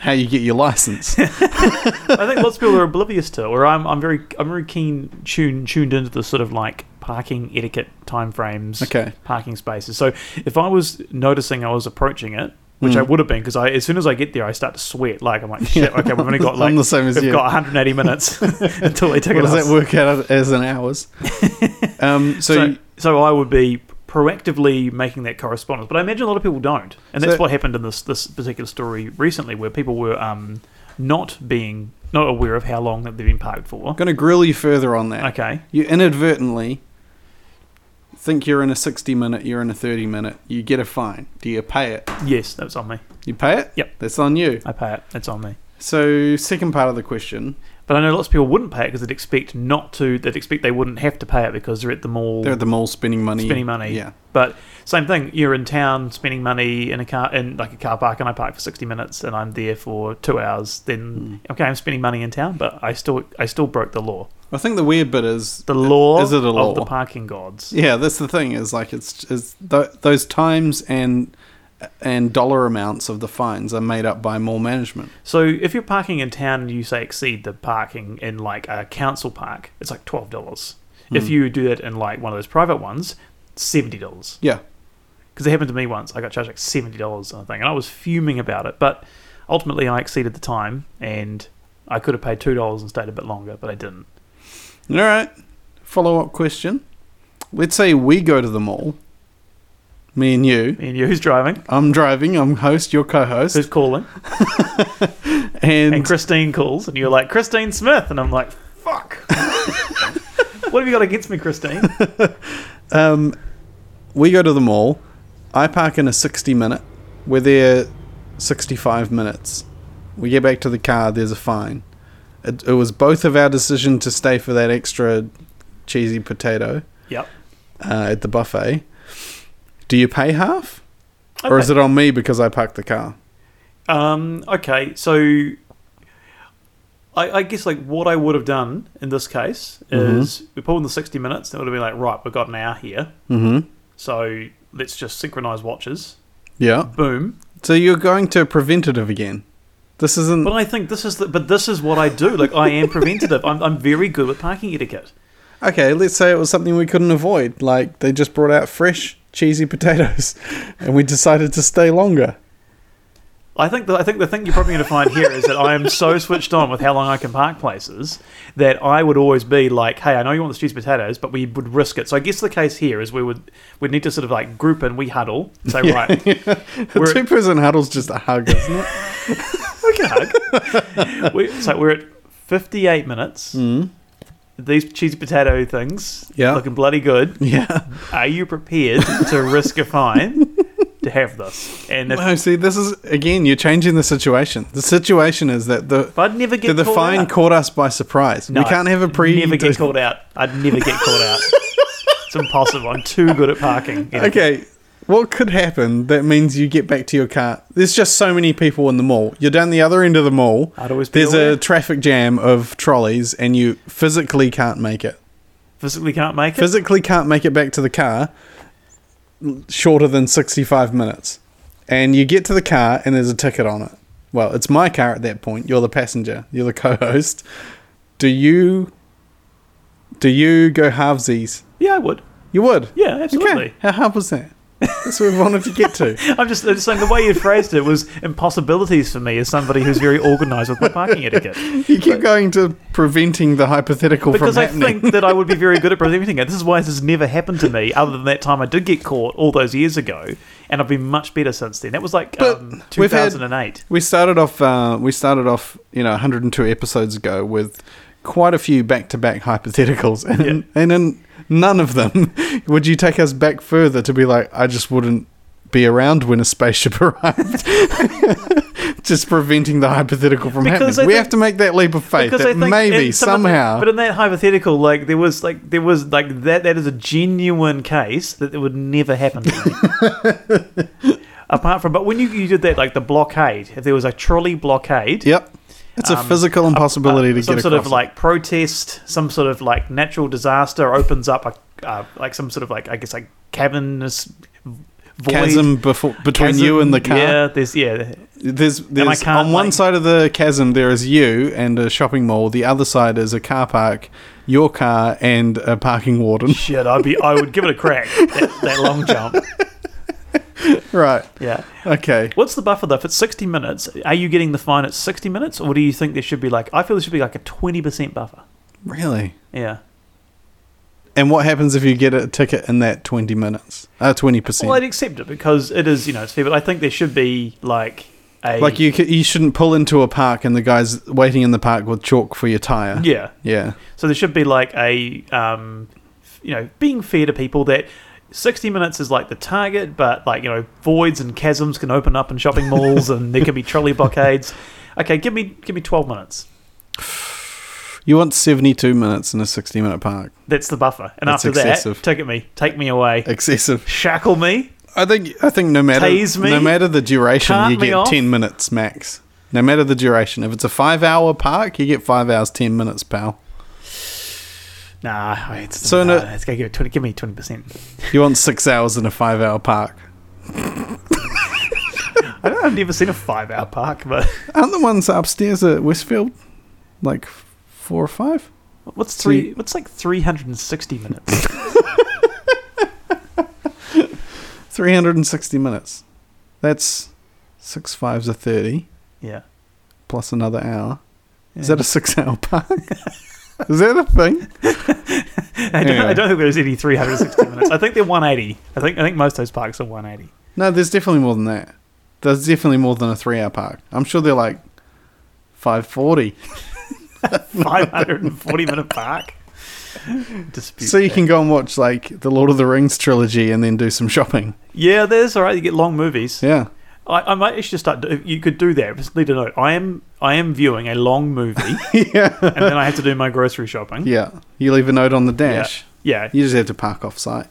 how you get your license.
I think lots of people are oblivious to, it, or I'm, I'm very I'm very keen tuned tuned into the sort of like parking etiquette timeframes,
Okay.
parking spaces. So if I was noticing I was approaching it. Which I
Mm.
would have been because I, as soon as I get there, I start to sweat. Like I'm like, shit. Okay, we've only got
I'm
like
the same as
we've
you.
got 180 minutes until they take
What
it.
does
us.
that work out as in hours? Um, so,
so, so I would be proactively making that correspondence, but I imagine a lot of people don't, and that's
So-
what happened in this this particular story recently, where people were um, not being not aware of how long that they've been parked for.
I'm going to grill you further on that.
Okay,
You inadvertently think you're in a 60 minute, you're in a 30 minute, you get a fine. Do you pay it?
yes, that's on me.
You pay it?
Yep.
That's on you.
I pay it. That's on me.
So, second part of the question
But I know lots of people wouldn't pay it because they'd expect not to. They'd expect they wouldn't have to pay it because they're at the mall.
they're at the mall spending money.
Spending money,
Yeah.
But same thing, you're in town spending money in a car in like a car park, and I park for sixty minutes, and I'm there for two hours. Then
Hmm.
okay, I'm spending money in town, but I still I still broke the law.
I think the weird bit is
The law
Is it a law?
of the parking gods.
Yeah, that's the thing. Is like it's, it's th- those times and and dollar amounts of the fines are made up by mall management.
So if you're parking in town and you say exceed the parking in like a council park, it's like twelve dollars. If
Hmm.
you do that in like one of those private ones, seventy dollars.
Yeah.
Because it happened to me once. I got charged like seventy dollars on a thing, and I was fuming about it. But ultimately, I exceeded the time, and I could have paid two dollars and stayed a bit longer, but I didn't.
All right. Follow up question. Let's say we go to the mall. Me and you.
Me and you, who's driving?
I'm driving. I'm host. You're co-host.
Who's calling?
and
And Christine calls, and you're like Christine Smith, and I'm like, fuck. what have you got against me, Christine?
um, we go to the mall. I park in a 60 minute. We're there 65 minutes. We get back to the car. There's a fine. It, it was both of our decision to stay for that extra cheesy potato
yep.
uh, at the buffet. Do you pay half,
I
or is
pay-
it on me because I parked the car?
Um, okay, so I, I guess like what I would have done in this case is we pulled in the sixty minutes. That would have been like, right, we've got an hour here,
Mm-hmm.
so let's just synchronize watches.
Yeah.
Boom.
So you're going to preventative again. This isn't.
But I think this is the, but this is what I do. Like I am preventative. I'm I'm very good with parking etiquette.
Okay, let's say it was something we couldn't avoid. Like they just brought out fresh cheesy potatoes, and we decided to stay longer.
I think the, I think the thing you're probably going to find here is that I am so switched on with how long I can park places that I would always be like, "Hey, I know you want the stewed potatoes, but we would risk it." So I guess the case here is we would we would need to sort of like group and we huddle, say, "Right, we
A
We're-
two-person huddle's just a hug, isn't it?
can hug." we, so we're at 58 minutes. These cheesy potato things,
Mm. Yeah.
looking bloody good.
yeah.
Are you prepared to risk a fine to have this? And if,
No, see, this is again. You're changing the situation. The situation is that the
if I'd never get
that the
called
fine
out-
caught us by surprise.
No,
we can't have a
I'd
pre.
Never get called out. I'd never get called out. it's impossible. I'm too good at parking. You know.
Okay. What could happen that means you get back to your car? There's just so many people in the mall. You're down the other end of the mall.
I'd always be
There's
aware.
a traffic jam of trolleys and you physically can't make it.
Physically can't make it.
Physically can't make it back to the car shorter than 65 minutes. And you get to the car and there's a ticket on it. Well, it's my car at that point. You're the passenger. You're the co-host. Do you do you go halvesies?
yeah, I would.
You would.
Yeah, absolutely.
Okay. How hard was that? That's what we wanted to get to.
I'm just, I'm just saying the way you phrased it was impossibilities for me as somebody who's very organised with my parking etiquette.
You keep going to preventing the hypothetical
Because
from
I
happening.
think that I would be very good at preventing it. This is why this has never happened to me, other than that time I did get caught all those years ago, and I've been much better since then. That was like
But
um,
we've had-
2008.
we started off. Uh, we started off. You know, 102 episodes ago with quite a few back-to-back hypotheticals, and in, and in none of them would you take us back further to be like, I just wouldn't be around when a spaceship arrived. just preventing the hypothetical from
Because
happening.
I
we
think-
have to make that leap of faith
because I
that
think
maybe
in some of the-
somehow.
but in that hypothetical, like there was like there was like that that is a genuine case that it would never happen. To me. Apart from, but when you, you did that, like the blockade, if there was a trolley blockade,
yep, it's a
um,
physical impossibility
uh,
to
some
get
sort
across.
of like protest, some sort of like natural disaster opens up a uh, like some sort of like I guess like cavernous void.
chasm before, between you and the
Chasm,
car.
Yeah, there's yeah.
There's,
I
there's
can't,
on one
like-
side of the chasm there is you and a shopping mall. The other side is a car park, your car and a parking warden.
Shit, I'd be I would give it a crack. that, that long jump.
right.
Yeah.
Okay.
What's the buffer though? If it's sixty minutes, are you getting the fine at sixty minutes, or do you think there should be like? I feel there should be like a twenty percent buffer.
Really.
Yeah.
And what happens if you get a ticket in that 20 minutes? Uh 20%.
Well, I'd accept it because it is you know it's fair, but I think there should be like a
like you c- you shouldn't pull into a park and the guy's waiting in the park with chalk for your tire.
yeah.
Yeah.
So there should be like a um, f- you know being fair to people that. 60 minutes is like the target, but like, you know, voids and chasms can open up in shopping malls and there can be trolley blockades. Okay, give me give me 12 minutes.
You want 72 minutes in a 60 minute park.
That's the buffer. And
That's
after
excessive.
that, ticket me, take me away,
Excessive.
shackle me,
I think I think no matter
Tase me?
no matter the duration,
Cart
you
me
get
off?
ten minutes max. No matter the duration, if it's a five-hour park, you get five hours, ten minutes, pal.
Nah, wait, it's
So
so
no-
no, it's gonna give it twenty. Give me twenty percent.
You want six hours in a five-hour park?
I've never seen a five-hour park, but
Aren't the ones upstairs at Westfield like four or five?
what's
See-
three? What's like three hundred and sixty minutes?
360 minutes. That's six fives a 30
yeah.
plus another hour. Is
Yeah.
that a six hour park? Is that a thing?
I don't,
Yeah.
I don't think there's any 360 minutes. I think they're 180. I think I think most of those parks are 180.
No, there's definitely more than that. There's definitely more than a three hour park. I'm sure they're like 540.
540 minute park. Dispute.
So you
that.
can go and watch like the Lord of the Rings trilogy and then do some shopping.
yeah, there's all right. You get long movies.
Yeah.
I, I might actually start. do- You could do that. Just need to note. I am I am viewing a long movie,
yeah.
and then I have to do my grocery shopping.
Yeah. You leave a note on the
Yeah.
dash.
Yeah.
You just have to park off site.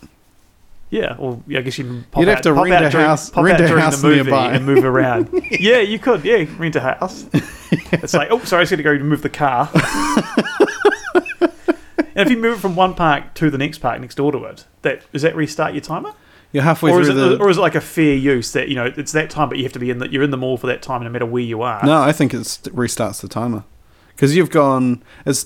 Yeah, well, yeah, I guess you can pop
You'd
out,
have to
pop
rent
out
a
during,
house-
pop
rent
out
a
during
house
the movie
nearby.
and move around. yeah, you could. Yeah, rent a house. It's like, oh, sorry, I was going to go move the car. and if you move it from one park to the next park next door to it, that does that restart your timer,
You're halfway
or is it,
through the.
or is it like a fair use that you know it's that time, but you have to be in that you're in the mall for that time, no matter where you are.
No, I think it's, it restarts the timer because you've gone. It's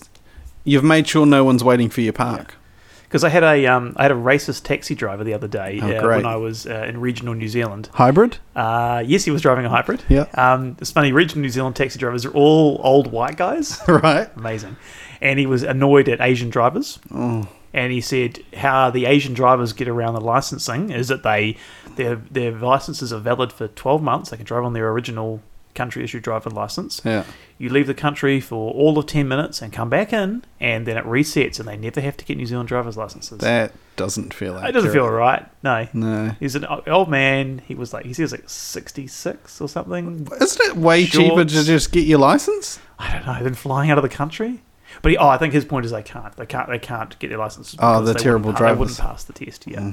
you've made sure no one's waiting for your park.
Because I had a um, I had a racist taxi driver the other day
Oh,
uh,
great.
when I was uh, in regional New Zealand,
Hybrid.
Uh, yes, he was driving a hybrid.
Yeah.
Um, it's funny. Regional New Zealand taxi drivers are all old white guys.
Right.
Amazing. And he was annoyed at Asian drivers.
Oh.
And he said how the Asian drivers get around the licensing is that they their their licenses are valid for 12 months. They can drive on their original country issued driver license.
Yeah.
You leave the country for all of 10 minutes and come back in, and then it resets, and they never have to get New Zealand driver's licenses.
That doesn't feel.
it doesn't feel
accurate.
right. No.
No.
He's an o- old man. He was like he says like 66 or something.
Isn't it way cheaper to
Shorts.
just get your license?
I don't know. Then flying out of the country. But he, oh, I think his point is they can't. They can't. They can't get their licenses.
Oh,
because
the
they
terrible
wouldn't pa- They
drivers. Mm.
wouldn't pass the test. Yeah.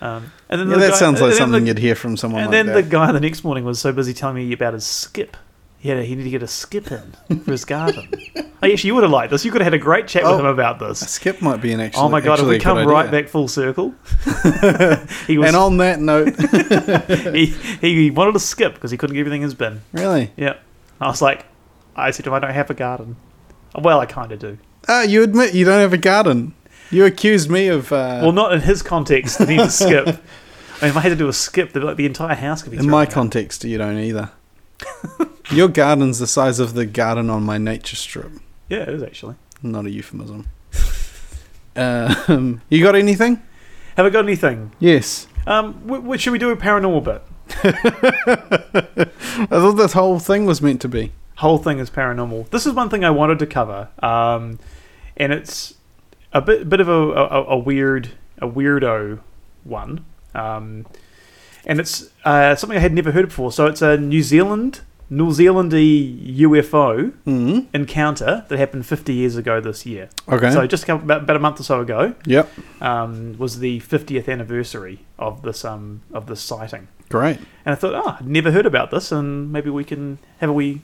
Um, and then
Yeah,
the
that
guy-
sounds like
and then
something
the,
you'd hear from someone
And
like
then
that.
the guy the next morning was so busy telling me about his skip. He had a, he needed to get a skip in for his garden. oh, actually, you would have liked this. You could have had a great chat
Oh.
with him about this.
Skip might be an actual.
Oh my god! If
actually
we
a good
come right
idea.
back full circle, he was
And on that note,
he, he wanted to skip because he couldn't get everything in his bin.
really,
Yeah, I was like, I said to him, I don't have a garden. Well, I kind of do.
ah, you admit you don't have a garden. You accused me of. Uh,
Well, not in his context. That he was skip. I mean, if I had to do a skip, the, like, the entire house could be.
In my
thrown out.
context, you don't either. Your garden's the size of the garden on my nature strip.
yeah, it is actually.
Not a euphemism. um, you got anything?
Have I got anything?
Yes.
Um, wh- wh- should we do a paranormal bit?
I thought this whole thing was meant to be.
Whole thing is paranormal. This is one thing I wanted to cover, um, and it's a bit bit of a, a, a weird a weirdo one, um, and it's uh, something I had never heard before. So it's a New Zealand New Zealandy UFO
Mm.
encounter that happened 50 years ago this year.
Okay.
So just a couple, about, about a month or so ago,
yep.
um, was the 50th anniversary of this um, of this sighting,
Great.
and I thought, ah, I'd never heard about this, and maybe we can have a wee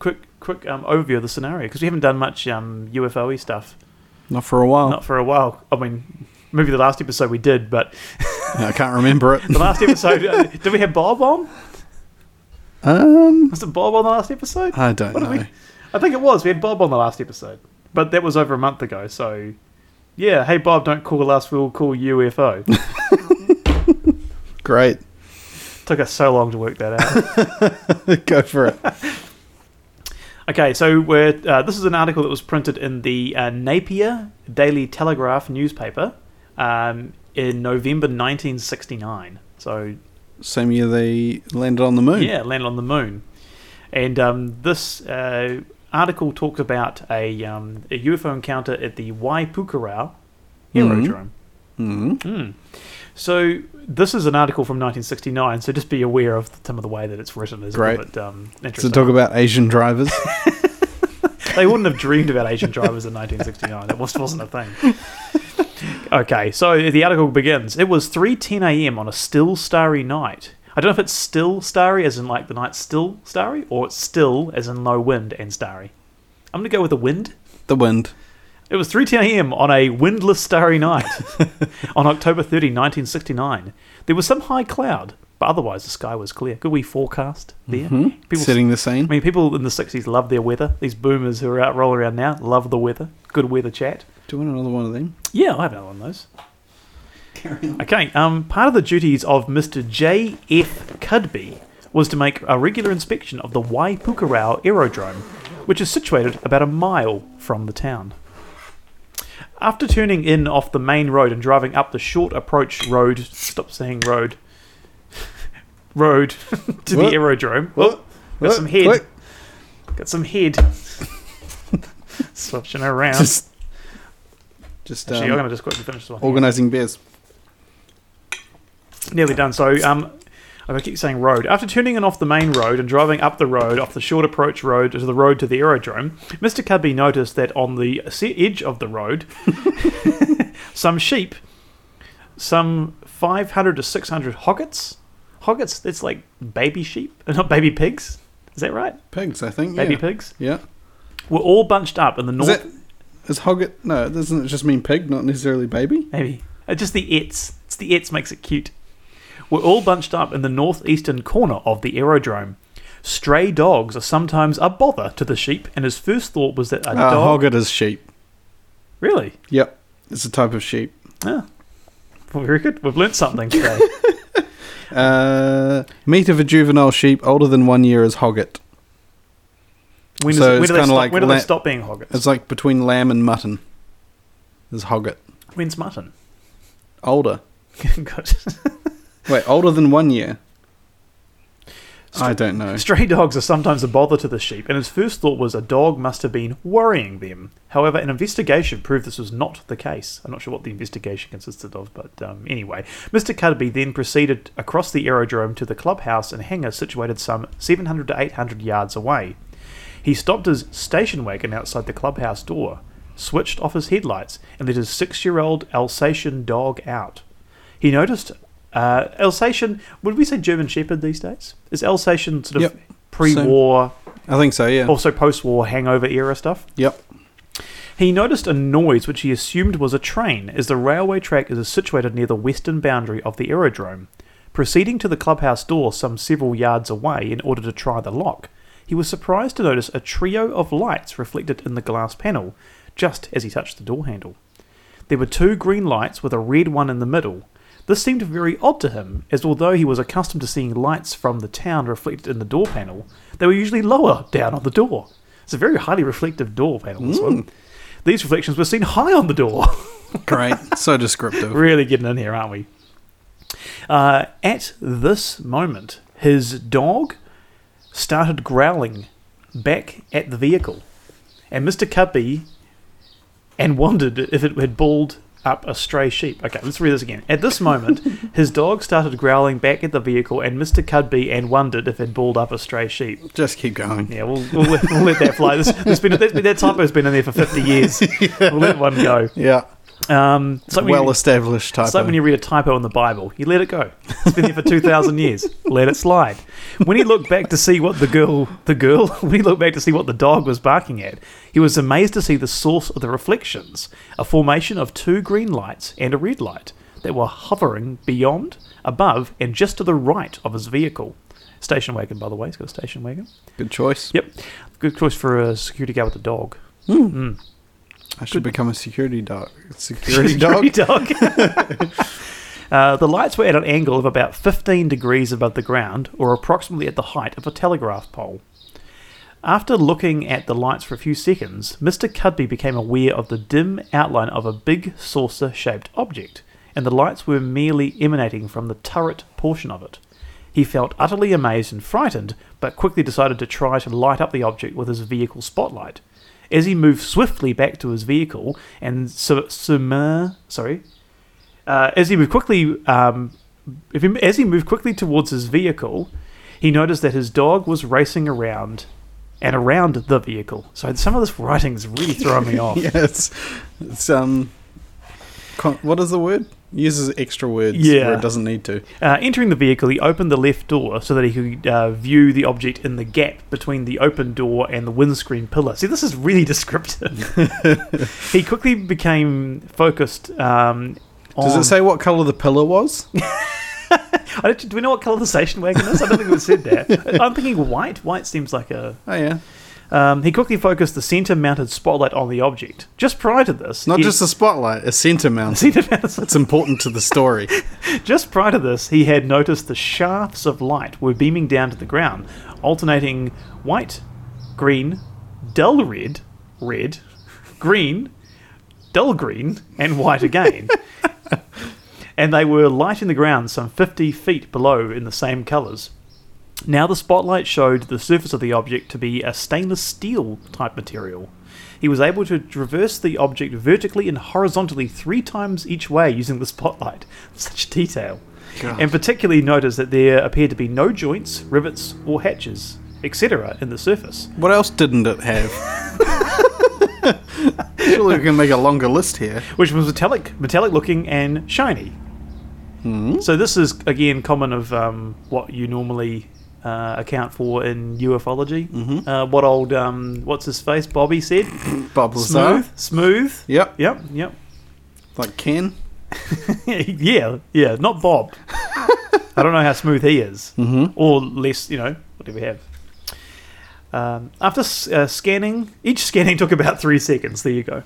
quick quick um, overview of the scenario because we haven't done much um, UFO stuff
Not for a while.
not for a while. I mean, maybe the last episode we did, but
I can't remember it.
the last episode uh, did we have Bob on?
Um,
Was it Bob on the last episode?
I don't
What did
know.
we- I think it was. We had Bob on the last episode, but that was over a month ago. So, yeah. Hey, Bob, don't call us. We'll call UFO.
Great.
Took us so long to work that out.
Go for it.
okay, so we're, uh, this is an article that was printed in the uh, Napier Daily Telegraph newspaper um, in November 1969. So
Same year they landed on the moon.
Yeah, landed on the moon. And um, this uh, article talks about a, um, a UFO encounter at the Waipukurau Aerodrome.
Mhm.
Mm. So this is an article from 1969. So just be aware of some of the way that it's written is a
Great.
little bit um,
To
interesting.
talk about Asian drivers.
they wouldn't have dreamed about Asian drivers in 1969. That was, wasn't a thing. Okay, so the article begins. It was 3:10 a.m. on a still starry night. I don't know if it's still starry, as in like the night's still starry, or it's still as in low wind and starry. I'm gonna go with the wind.
the wind.
It was 3:10 a.m. on a windless starry night on October 30, 1969. There was some high cloud But otherwise, the sky was clear. Good wee forecast there. People,
Setting the scene.
I mean, people in the 60s love their weather. These boomers who are out rolling around now love the weather. Good weather chat.
Do you want another one of them?
Yeah, I have another one of those. Okay, um, part of the duties of Mr. J. F. Cudby was to make a regular inspection of the Waipukurau Aerodrome, which is situated about a mile from the town. After turning in off the main road and driving up the short approach road, stop saying road, road to
What?
the aerodrome.
What?
Got some head. Got some head. Switching around.
Just, just
um, Actually, I'm
um,
going to just quickly finish this one.
organizing beers.
Nearly done. So, um, I keep saying road. After turning in off the main road and driving up the road, off the short approach road to the road to the aerodrome, Mr. Cudby noticed that on the se- edge of the road, some sheep, some 500 to 600 hoggets. Hoggets, that's like baby sheep, not baby pigs. Is that right?
Pigs, I think.
Baby
yeah.
pigs
Yeah.
were all bunched up in the
Is
north.
that is hogget? No, doesn't it just mean pig, not necessarily baby?
Maybe. Uh, just the its. It's the its makes it cute. We're all bunched up in the northeastern corner of the aerodrome. Stray dogs are sometimes a bother to the sheep, and his first thought was that a
Uh,
dog.
hogget is sheep.
Really?
Yep, it's a type of sheep.
Ah. Well, very good. We've learnt something today.
Uh, meat of a juvenile sheep older than one year is hogget.
When,
So
does it, when,
it's
do, they
kinda
stop,
like
when do they
la-
stop being hoggets?
It's like between lamb and mutton. Is hogget
When's mutton?
older?
good.
Wait, older than one year? I don't know.
Stray dogs are sometimes a bother to the sheep, and his first thought was a dog must have been worrying them. However, an investigation proved this was not the case. I'm not sure what the investigation consisted of, but um, anyway. Mr. Cudby then proceeded across the aerodrome to the clubhouse and hangar situated some 700 to 800 yards away. He stopped his station wagon outside the clubhouse door, switched off his headlights, and let his six year old Alsatian dog out. He noticed uh, Alsatian, would we say German Shepherd these days? Is Alsatian sort of
Yep.
pre war,
I think so. Yeah.
also post war hangover era stuff?
Yep.
He noticed a noise which he assumed was a train, as the railway track is situated near the western boundary of the aerodrome. Proceeding to the clubhouse door some several yards away in order to try the lock, he was surprised to notice a trio of lights reflected in the glass panel, just as he touched the door handle. There were two green lights with a red one in the middle. This seemed very odd to him, as although he was accustomed to seeing lights from the town reflected in the door panel, they were usually lower down on the door. It's a very highly reflective door panel, this one. These reflections were seen high on the door.
Great. so descriptive.
really getting in here, aren't we? Uh, at this moment, his dog started growling back at the vehicle, and Mr. Cubby and wondered if it had balled up a stray sheep. Okay, let's read this again. At this moment, his dog started growling back at the vehicle, and Mr. Cudby and wondered if it had balled up a stray sheep.
Just keep going.
Yeah, we'll, we'll, we'll let that fly. This, this been, that, that typo's been in there for 50 years. We'll let one go.
Yeah.
Um, it's like when you-
Well established type.
it's like when you read a typo in the Bible, you let it go. It's been there for two thousand years. Let it slide. When he looked back to see what the girl, the girl, when he looked back to see what the dog was barking at, he was amazed to see the source of the reflections: a formation of two green lights and a red light that were hovering beyond, above, and just to the right of his vehicle. Station wagon, by the way, he's got a station wagon.
Good choice.
Yep, good choice for a security guard with a dog.
I should become a security dog. Security dog.
Security dog. Uh, the lights were at an angle of about 15 degrees above the ground, or approximately at the height of a telegraph pole. After looking at the lights for a few seconds, Mr. Cudby became aware of the dim outline of a big saucer shaped object, and the lights were merely emanating from the turret portion of it. He felt utterly amazed and frightened, but quickly decided to try to light up the object with his vehicle spotlight. As he moved swiftly back to his vehicle and su- summa- sorry, uh, as he moved quickly, um, if he, as he moved quickly towards his vehicle, he noticed that his dog was racing around and around the vehicle. So some of this writing is really throwing me off.
yeah, it's, it's um, con- what is the word? Uses extra words where
Yeah.
it doesn't need to.
Uh, entering the vehicle, he opened the left door so that he could uh, view the object in the gap between the open door and the windscreen pillar. See, this is really descriptive. he quickly became focused um, on.
Does it say what color the pillar was?
I don't, do we know what colour the station wagon is? I don't think we said that. I'm thinking white. White seems like a.
Oh yeah,
Um, he quickly focused the centre-mounted spotlight on the object. Just prior to this,
not
he-
just a spotlight, a center mount.
centre-mounted
It's important to the story.
Just prior to this, he had noticed the shafts of light were beaming down to the ground, alternating white, green, dull red, red, green, dull green, and white again. and they were lighting the ground some 50 feet below in the same colours. Now the spotlight showed the surface of the object to be a stainless steel type material. He was able to traverse the object vertically and horizontally three times each way using the spotlight. Such detail.
God.
And particularly noticed that there appeared to be no joints, rivets, or hatches, etc., in the surface.
What else didn't it have? Surely we can make a longer list here.
which was metallic, metallic looking and shiny. So this is again common of um, what you normally uh, account for in ufology. Mm-hmm. Uh, what old um, what's his face Bobby said?
Bob Lazar.
smooth, smooth.
Yep.
Yep, yep.
Like Ken.
yeah, yeah. Not Bob. I don't know how smooth he is, mm-hmm. or less. You know, whatever you have. Um, after s- uh, scanning, each scanning took about three seconds. There you go.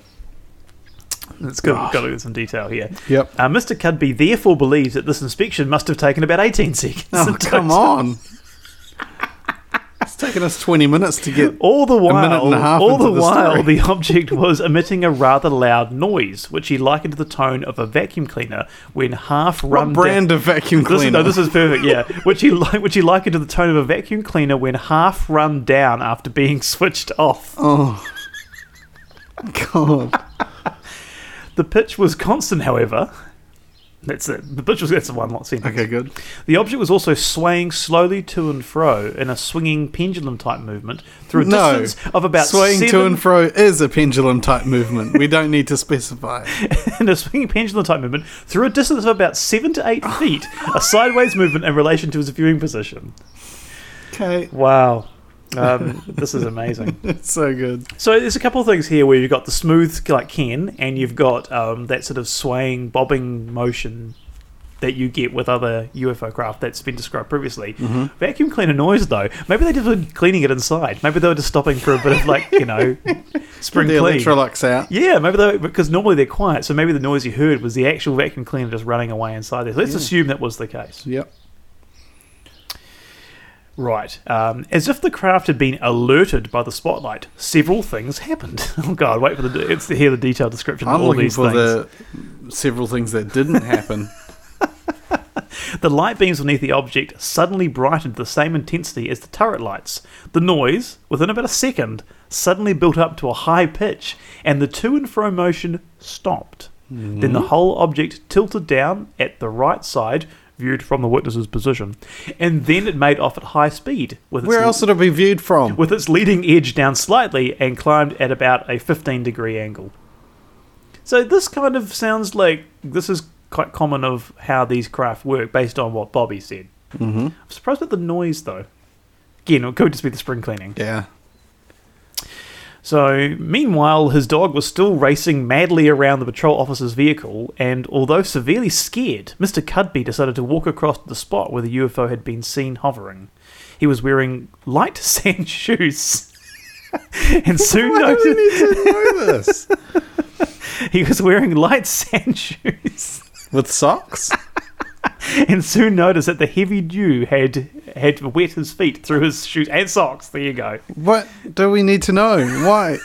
Let's go. Got to look at some detail here.
Yep.
Uh, Mr. Cudby therefore believes that this inspection must have taken about 18 seconds. in
Oh
total.
come on! It's taken us twenty minutes to get.
All the while,
minute and a half
all
into
the,
the
while,
story.
the object was emitting a rather loud noise, which he likened to the tone of a vacuum cleaner when half run
What brand of vacuum
This
cleaner?
is, no, this is perfect. Yeah, which he li- which he likened to the tone of a vacuum cleaner when half run down after being switched off.
oh God!
The pitch was constant, however. That's it. The pitch was that's the one lot sentence.
Okay, good.
The object was also swaying slowly to and fro in a swinging pendulum type movement through a
No,
distance of about
swaying
seven,
to and fro is a pendulum type movement. We don't need to specify.
in a swinging pendulum type movement through a distance of about seven to eight feet, a sideways movement in relation to his viewing position.
Okay,
Wow. Um, this is amazing.
it's so good.
So there's a couple of things here where you've got the smooth like Ken, and you've got um, that sort of swaying, bobbing motion that you get with other UFO craft that's been described previously. Vacuum cleaner noise though. Maybe they just were cleaning it inside. Maybe they were just stopping for a bit of like you know spring
The
clean.
Electrolux out.
Yeah, maybe they because normally they're quiet, so maybe the noise you heard was the actual vacuum cleaner just running away inside there. Let's assume that was the case.
Yep.
Right. Um, as if the craft had been alerted by the spotlight, several things happened. Oh God! Wait for the it's to hear the detailed description.
I'm
of all
looking
these
for
things.
the several things that didn't happen.
The light beams beneath the object suddenly brightened the same intensity as the turret lights. The noise, within about a second, suddenly built up to a high pitch, and the to and fro motion stopped. Then
Mm-hmm.
the whole object tilted down at the right side, viewed from the witness's position, and then it made off at high speed. With its
Where else would it be viewed from?
with its leading edge down slightly and climbed at about a 15 degree angle. So this kind of sounds like this is quite common of how these craft work based on what Bobby said. Mm-hmm. I'm surprised about the noise though. Again, it could just be the spring cleaning.
Yeah.
So, meanwhile, his dog was still racing madly around the patrol officer's vehicle, and although severely scared, Mr. Cudby decided to walk across to the spot where the UFO had been seen hovering. He was wearing light sand shoes. and soon noticed
this?
he was wearing light sand shoes
With socks?
and soon noticed that the heavy dew had had wet his feet through his shoes and socks there you go
What do we need to know? Why?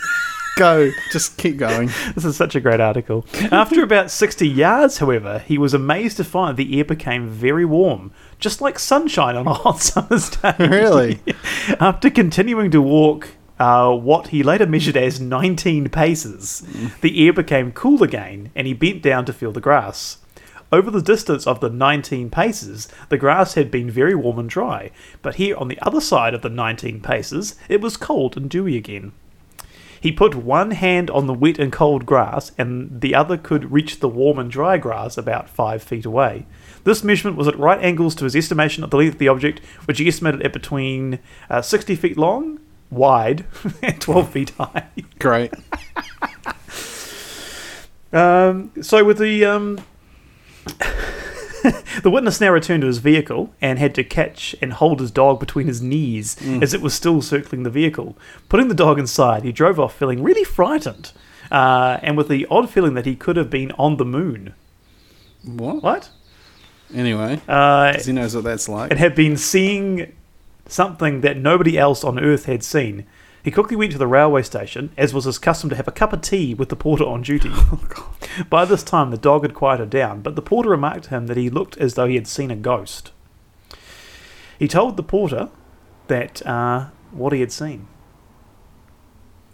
Go. Just keep going.
This is such a great article. After about 60 yards, however, he was amazed to find the air became very warm, just like sunshine on a hot summer's day.
Really?
After continuing to walk uh, what he later measured as 19 paces, the air became cool again and he bent down to feel the grass. Over the distance of the 19 paces, the grass had been very warm and dry, but here on the other side of the 19 paces, it was cold and dewy again. He put one hand on the wet and cold grass, and the other could reach the warm and dry grass about five feet away. This measurement was at right angles to his estimation of the length of the object, which he estimated at between uh, 60 feet long, wide, and 12 feet high.
Great.
Um, so, with the um, the witness now returned to his vehicle and had to catch and hold his dog between his knees as it was still circling the vehicle. Putting the dog inside, he drove off feeling really frightened uh, and with the odd feeling that he could have been on the moon.
What?
What?
Anyway,
Uh,
'cause he knows what that's like.
and had been seeing something that nobody else on Earth had seen. He quickly went to the railway station, as was his custom, to have a cup of tea with the porter on duty.
Oh,
By this time, the dog had quieted down, but the porter remarked to him that he looked as though he had seen a ghost. He told the porter that uh, what he had seen.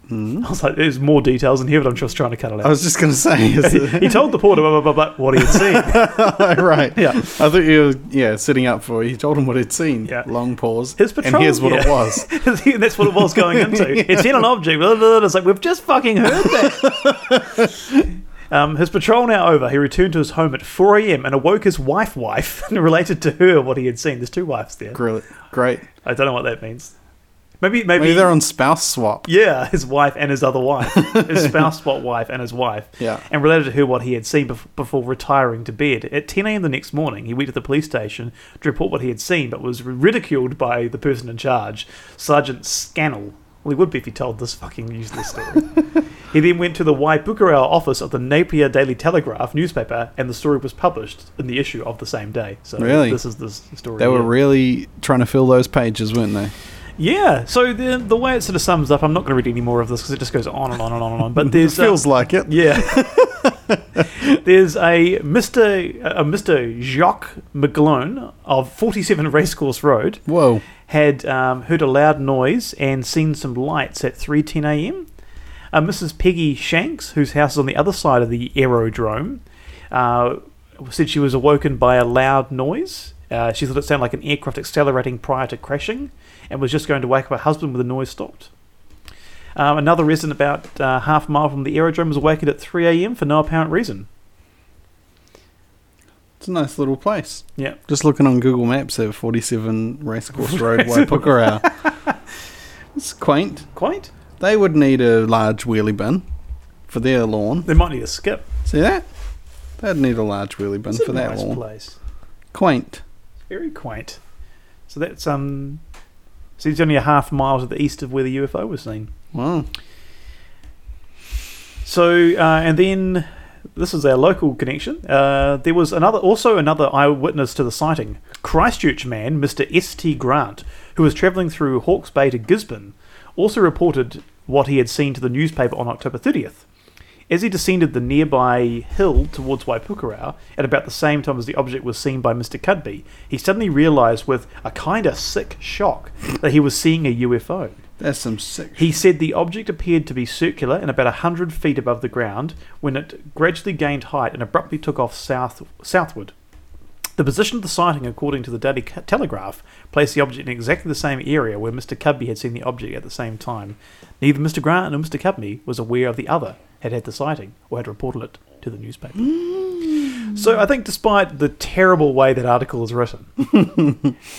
I was like, "There's more details in here, but I'm just trying to cut it
Hmm? I
out."
was just going to say, is it,
he told the porter blah, blah, blah, blah, what he had seen.
right?
Yeah.
I thought you were yeah sitting up for. You told him what he'd seen.
Yeah.
Long pause.
His
and
patrol-
here's what it
yeah.
was.
That's what it was going into. It's in an object. Blah, blah, blah. It's like, we've just fucking heard that. um, his patrol now over, he returned to his home at 4 a.m. and awoke his wife wife and related to her what he had seen. There's two wives there.
Grill it. Great.
I don't know what that means. Maybe, maybe,
Maybe they're on spouse swap.
yeah, his wife and his other wife, his spouse, what wife, and his wife.
Yeah.
And related to her what he had seen bef- before retiring to bed. At 10 a.m. the next morning, he went to the police station to report what he had seen, but was ridiculed by the person in charge, Sergeant Scannell. Well, he would be if he told this fucking useless story. he then went to the Waipukurau office of the Napier Daily Telegraph newspaper, and the story was published in the issue of the same day. So
Really?
this is the s- story.
They were
here.
really trying to fill those pages, weren't they?
Yeah, so the the way it sort of sums up, I'm not going to read any more of this because it just goes on and on and on and on. But there's uh,
Feels like it.
yeah, there's a Mister a Mister Jacques McGlone of 47 Racecourse Road
Whoa.
had um, heard a loud noise and seen some lights at 3:10 a.m. Uh, Mrs. Peggy Shanks, whose house is on the other side of the aerodrome, uh, said she was awoken by a loud noise. Uh, she thought it sounded like an aircraft accelerating prior to crashing, and was just going to wake up her husband when the noise stopped. Um, another resident about uh, half a mile from the aerodrome was awakened at 3 a.m. for no apparent reason.
It's a nice little place.
Yeah,
Just looking on Google Maps at 47 Racecourse Road, Waipukurau. it's quaint.
quite.
They would need a large wheelie bin for their lawn.
They might need a skip.
See that? They'd need a large wheelie bin
It's
for
a
that
nice
lawn.
place.
Quaint.
Very quaint. So that's um. So it's only a half mile to the east of where the UFO was seen.
Wow.
So uh, and then this is our local connection. Uh, there was another, also another eyewitness to the sighting, Christchurch man, Mister S. T. Grant, who was travelling through Hawke's Bay to Gisborne, also reported what he had seen to the newspaper on October thirtieth. As he descended the nearby hill towards Waipukurau, at about the same time as the object was seen by Mr. Cudby, he suddenly realised with a kind of sick shock that he was seeing a UFO.
That's some sick.
He said the object appeared to be circular and about 100 feet above the ground when it gradually gained height and abruptly took off south southward. The position of the sighting, according to the Daily Ca- Telegraph, placed the object in exactly the same area where Mr. Cubby had seen the object at the same time. Neither Mr. Grant nor Mr. Cubby was aware of the other had had the sighting or had reported it to the newspaper. So I think, despite the terrible way that article is written,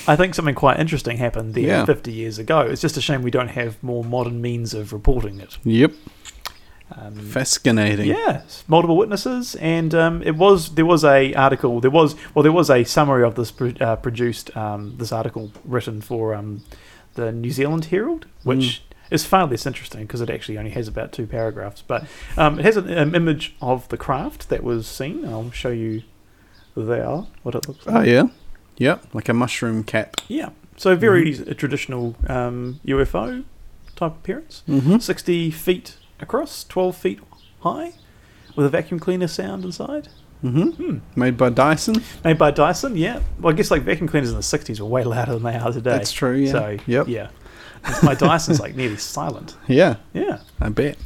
I think something quite interesting happened there
Yeah.
50 years ago. It's just a shame we don't have more modern means of reporting it.
Yep.
Um,
Fascinating.
yeah, multiple witnesses, and um, it was there was a article. There was well, there was a summary of this pro- uh, produced. Um, this article written for um, the New Zealand Herald, which
Hmm.
is far less interesting because it actually only has about two paragraphs. But um, it has an, an image of the craft that was seen. and I'll show you there what it looks like.
Oh, yeah. Yep. Like a mushroom cap.
Yeah. So
Mm-hmm.
very uh, traditional um, UFO type appearance.
Mhm.
60 Hmm? feet across, 12 feet high, with a vacuum cleaner sound inside.
Mm-hmm. Made by Dyson.
Made by Dyson, yeah. Well, I guess like vacuum cleaners in the 60s were way louder than they are today.
That's true, yeah.
So,
Yep.
yeah. It's my Dyson's like nearly silent.
Yeah.
Yeah.
I bet.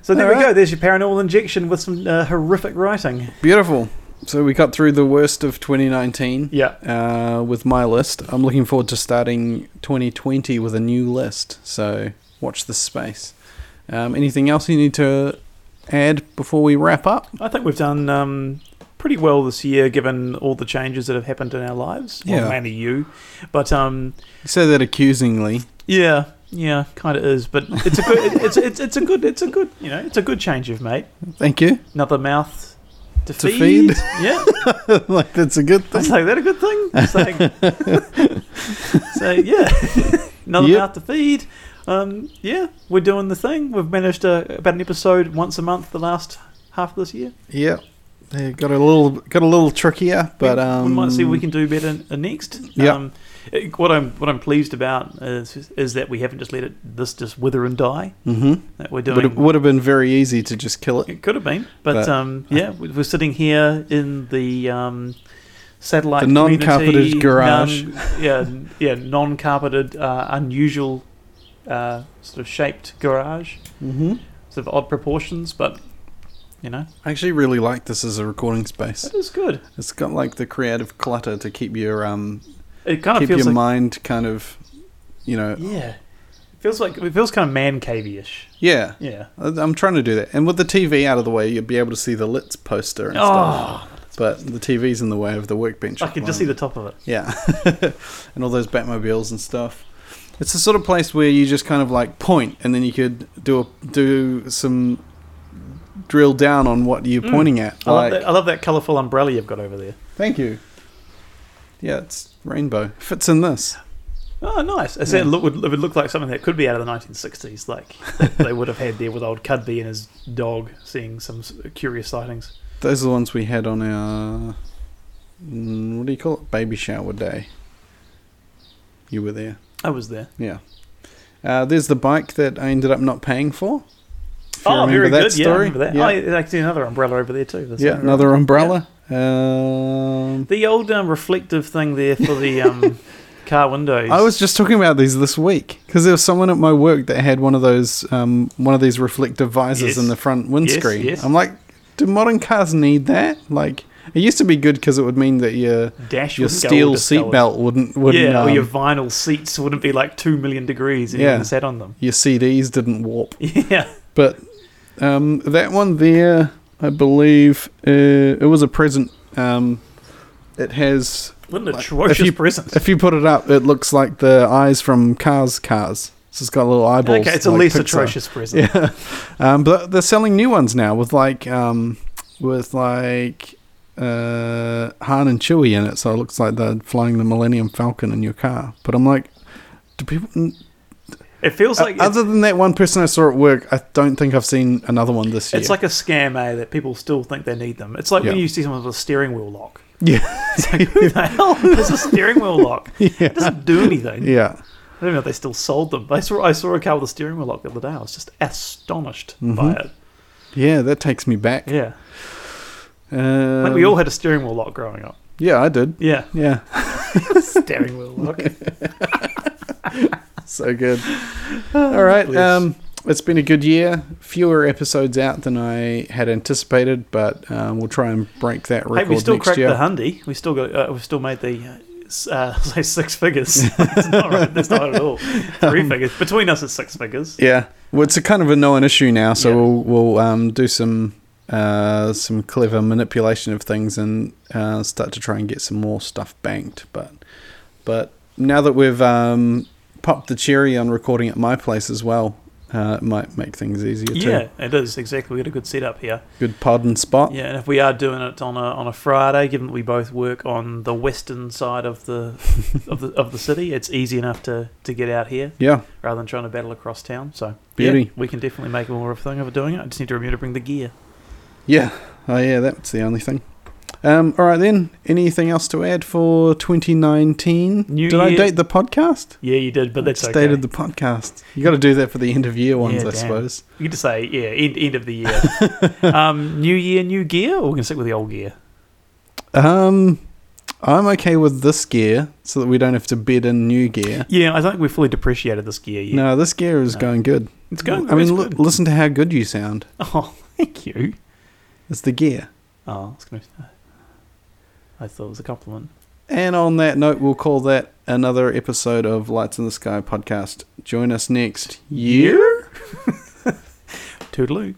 So there
All
we go.
right.
There's your paranormal injection with some uh, horrific writing.
Beautiful. So we got through the worst of 2019.
Yeah.
Uh, with my list, I'm looking forward to starting 2020 with a new list. So watch this space. Um, anything else you need to add before we wrap up?
I think we've done um, pretty well this year, given all the changes that have happened in our lives.
Yeah.
Well, mainly you. But um,
You say that accusingly.
Yeah, yeah, kind of is, but it's a good, it's, it's it's a good, it's a good, you know, it's a good change you've made.
Thank you.
Another mouth to,
To feed.
feed. Yeah,
like that's a good
I was
thing.
like, "Is that a good thing?" It's like, so yeah, another
Yep.
mouth to feed. Um, yeah, we're doing the thing. We've managed uh about an episode once a month the last half of this year.
Yeah, They got a little got a little trickier, but
we,
um,
we might see what we can do better uh, next.
Yeah.
Um, it- what I'm what I'm pleased about is is that we haven't just let it this just wither and die.
Mm-hmm.
That we're
But
doing.
it would have been very easy to just kill it.
It could have been, but,
But-
um, yeah, we- we're sitting here in the um, satellite,
The non-carpeted
community,
garage.
non- yeah, n- yeah, non-carpeted, uh, unusual uh, sort of shaped garage,
Mm-hmm.
sort of odd proportions, but you know,
I actually really like this as a recording space.
it is good.
It's got like the creative clutter to keep your um
It kind of
keep
feels
your
like,
mind kind of, you know,
yeah, it feels like it feels kind of man cavey-ish.
yeah.
Yeah.
I- I'm trying to do that, and with the TV out of the way, you'd be able to see the Litz poster and stuff.
Oh,
But the TV's in the way of the workbench.
I
at
can
the
just see
moment.
the top of it.
Yeah. and all those Batmobiles and stuff. It's the sort of place where you just kind of like point and then you could do a, do some drill down on what you're
Mm.
pointing at.
I love
Like,
that. I love that colourful umbrella you've got over there.
thank you. Yeah, it's rainbow. Fits in this.
Oh, nice. It
Yeah.
said it look, would, it would look like something that could be out of the 1960s, like they, they would have had there with old Cudby and his dog seeing some s- curious sightings.
Those are the ones we had on our mm, what do you call it? Baby shower day. You were there.
I was there.
Yeah. Uh, there's the bike that I ended up not paying for. If you
oh, very
remember that
good. Yeah, I
story.
remember that.
Yeah.
Oh, yeah, I can see another umbrella over there, too. That's
yeah,
right.
another umbrella. Um,
The old um, reflective thing there for the um, car windows.
I was just talking about these this week because there was someone at my work that had one of those, um, one of these reflective visors
Yes.
in the front windscreen.
yes.
I'm like, do modern cars need that? Like, it used to be good because it would mean that your
Dash
your
would go
steel
all discoloured.
seatbelt wouldn't wouldn't
Yeah,
um,
or your
your,
vinyl seats wouldn't be like 2 million degrees if you
Yeah.
even sat on them.
CDs didn't warp.
Yeah.
But um, that one there, I believe, uh, it was a present. Um, it has
What an
Like, if
atrocious
you-
present.
If you put it up, it looks like the eyes from Cars Cars. So it's got little eyeballs.
okay, it's a
like
less
Pixar.
atrocious present.
Yeah, um, but they're selling new ones now with like um, with like uh, Han and Chewie in it, so it looks like they're flying the Millennium Falcon in your car. But I'm like, do people?
It feels like. it's-
Uh, other than that one person I saw at work, I don't think I've seen another one this year.
It's like a scam, eh? That people still think they need them. It's like when
Yeah.
you see someone with a steering wheel lock.
yeah,
It's like, who the hell has a steering wheel lock? It
yeah,
doesn't do anything.
yeah.
I don't know if they still sold them. I saw I saw a car with a steering wheel lock the other day. I was just astonished
Mm-hmm.
by it.
Yeah, that takes me back.
Yeah,
Um,
like we all had a steering wheel lock growing up.
yeah, I did.
Yeah,
Yeah,
steering wheel lock.
so good. All right.
Bless.
Um, it's been a good year. Fewer episodes out than I had anticipated, but um, we'll try and break that record
hey, we still
next
cracked
year.
the hundy. We still got. Uh, we still made the. Uh, s- uh, say six figures. it's not right. That's not at all. Three figures between us. It's six figures.
Um, yeah. Well, it's a kind of a known issue now, so
Yeah.
we'll we'll um, do some uh, some clever manipulation of things and uh, start to try and get some more stuff banked. But but now that we've um, popped the cherry on recording at my place as well, uh, it might make things easier
Yeah,
too.
it is exactly. We got a good setup here.
Good pod and spot.
Yeah, and if we are doing it on a on a Friday, given that we both work on the western side of the of the of the city, it's easy enough to to get out here
yeah.
rather than trying to battle across town. So yeah,
Beauty.
we can definitely make more of a thing of doing it. I just need to remember to bring the gear.
Yeah. Oh, yeah, that's the only thing. Um, all right, then. Anything else to add for 2019?
New
Did I
year-
date the podcast?
Yeah, you did, but that's
Just
okay.
Dated the podcast. You got to do that for the end of year ones,
Yeah,
I
damn.
suppose.
You can just say yeah, end, end of the year. um, new year, new gear, or we can stick with the old gear.
Um, I'm okay with this gear so that we don't have to bid in new gear.
Yeah, I don't think we've fully depreciated this gear yet.
No, this gear is
No.
going good.
It's going-
I mean,
it's
l-
good.
listen to how good you sound.
Oh, thank you.
It's the gear.
Oh, I was gonna. I thought it was a compliment.
And on that note, we'll call that another episode of Lights in the Sky podcast. Join us next year.
Toodaloo.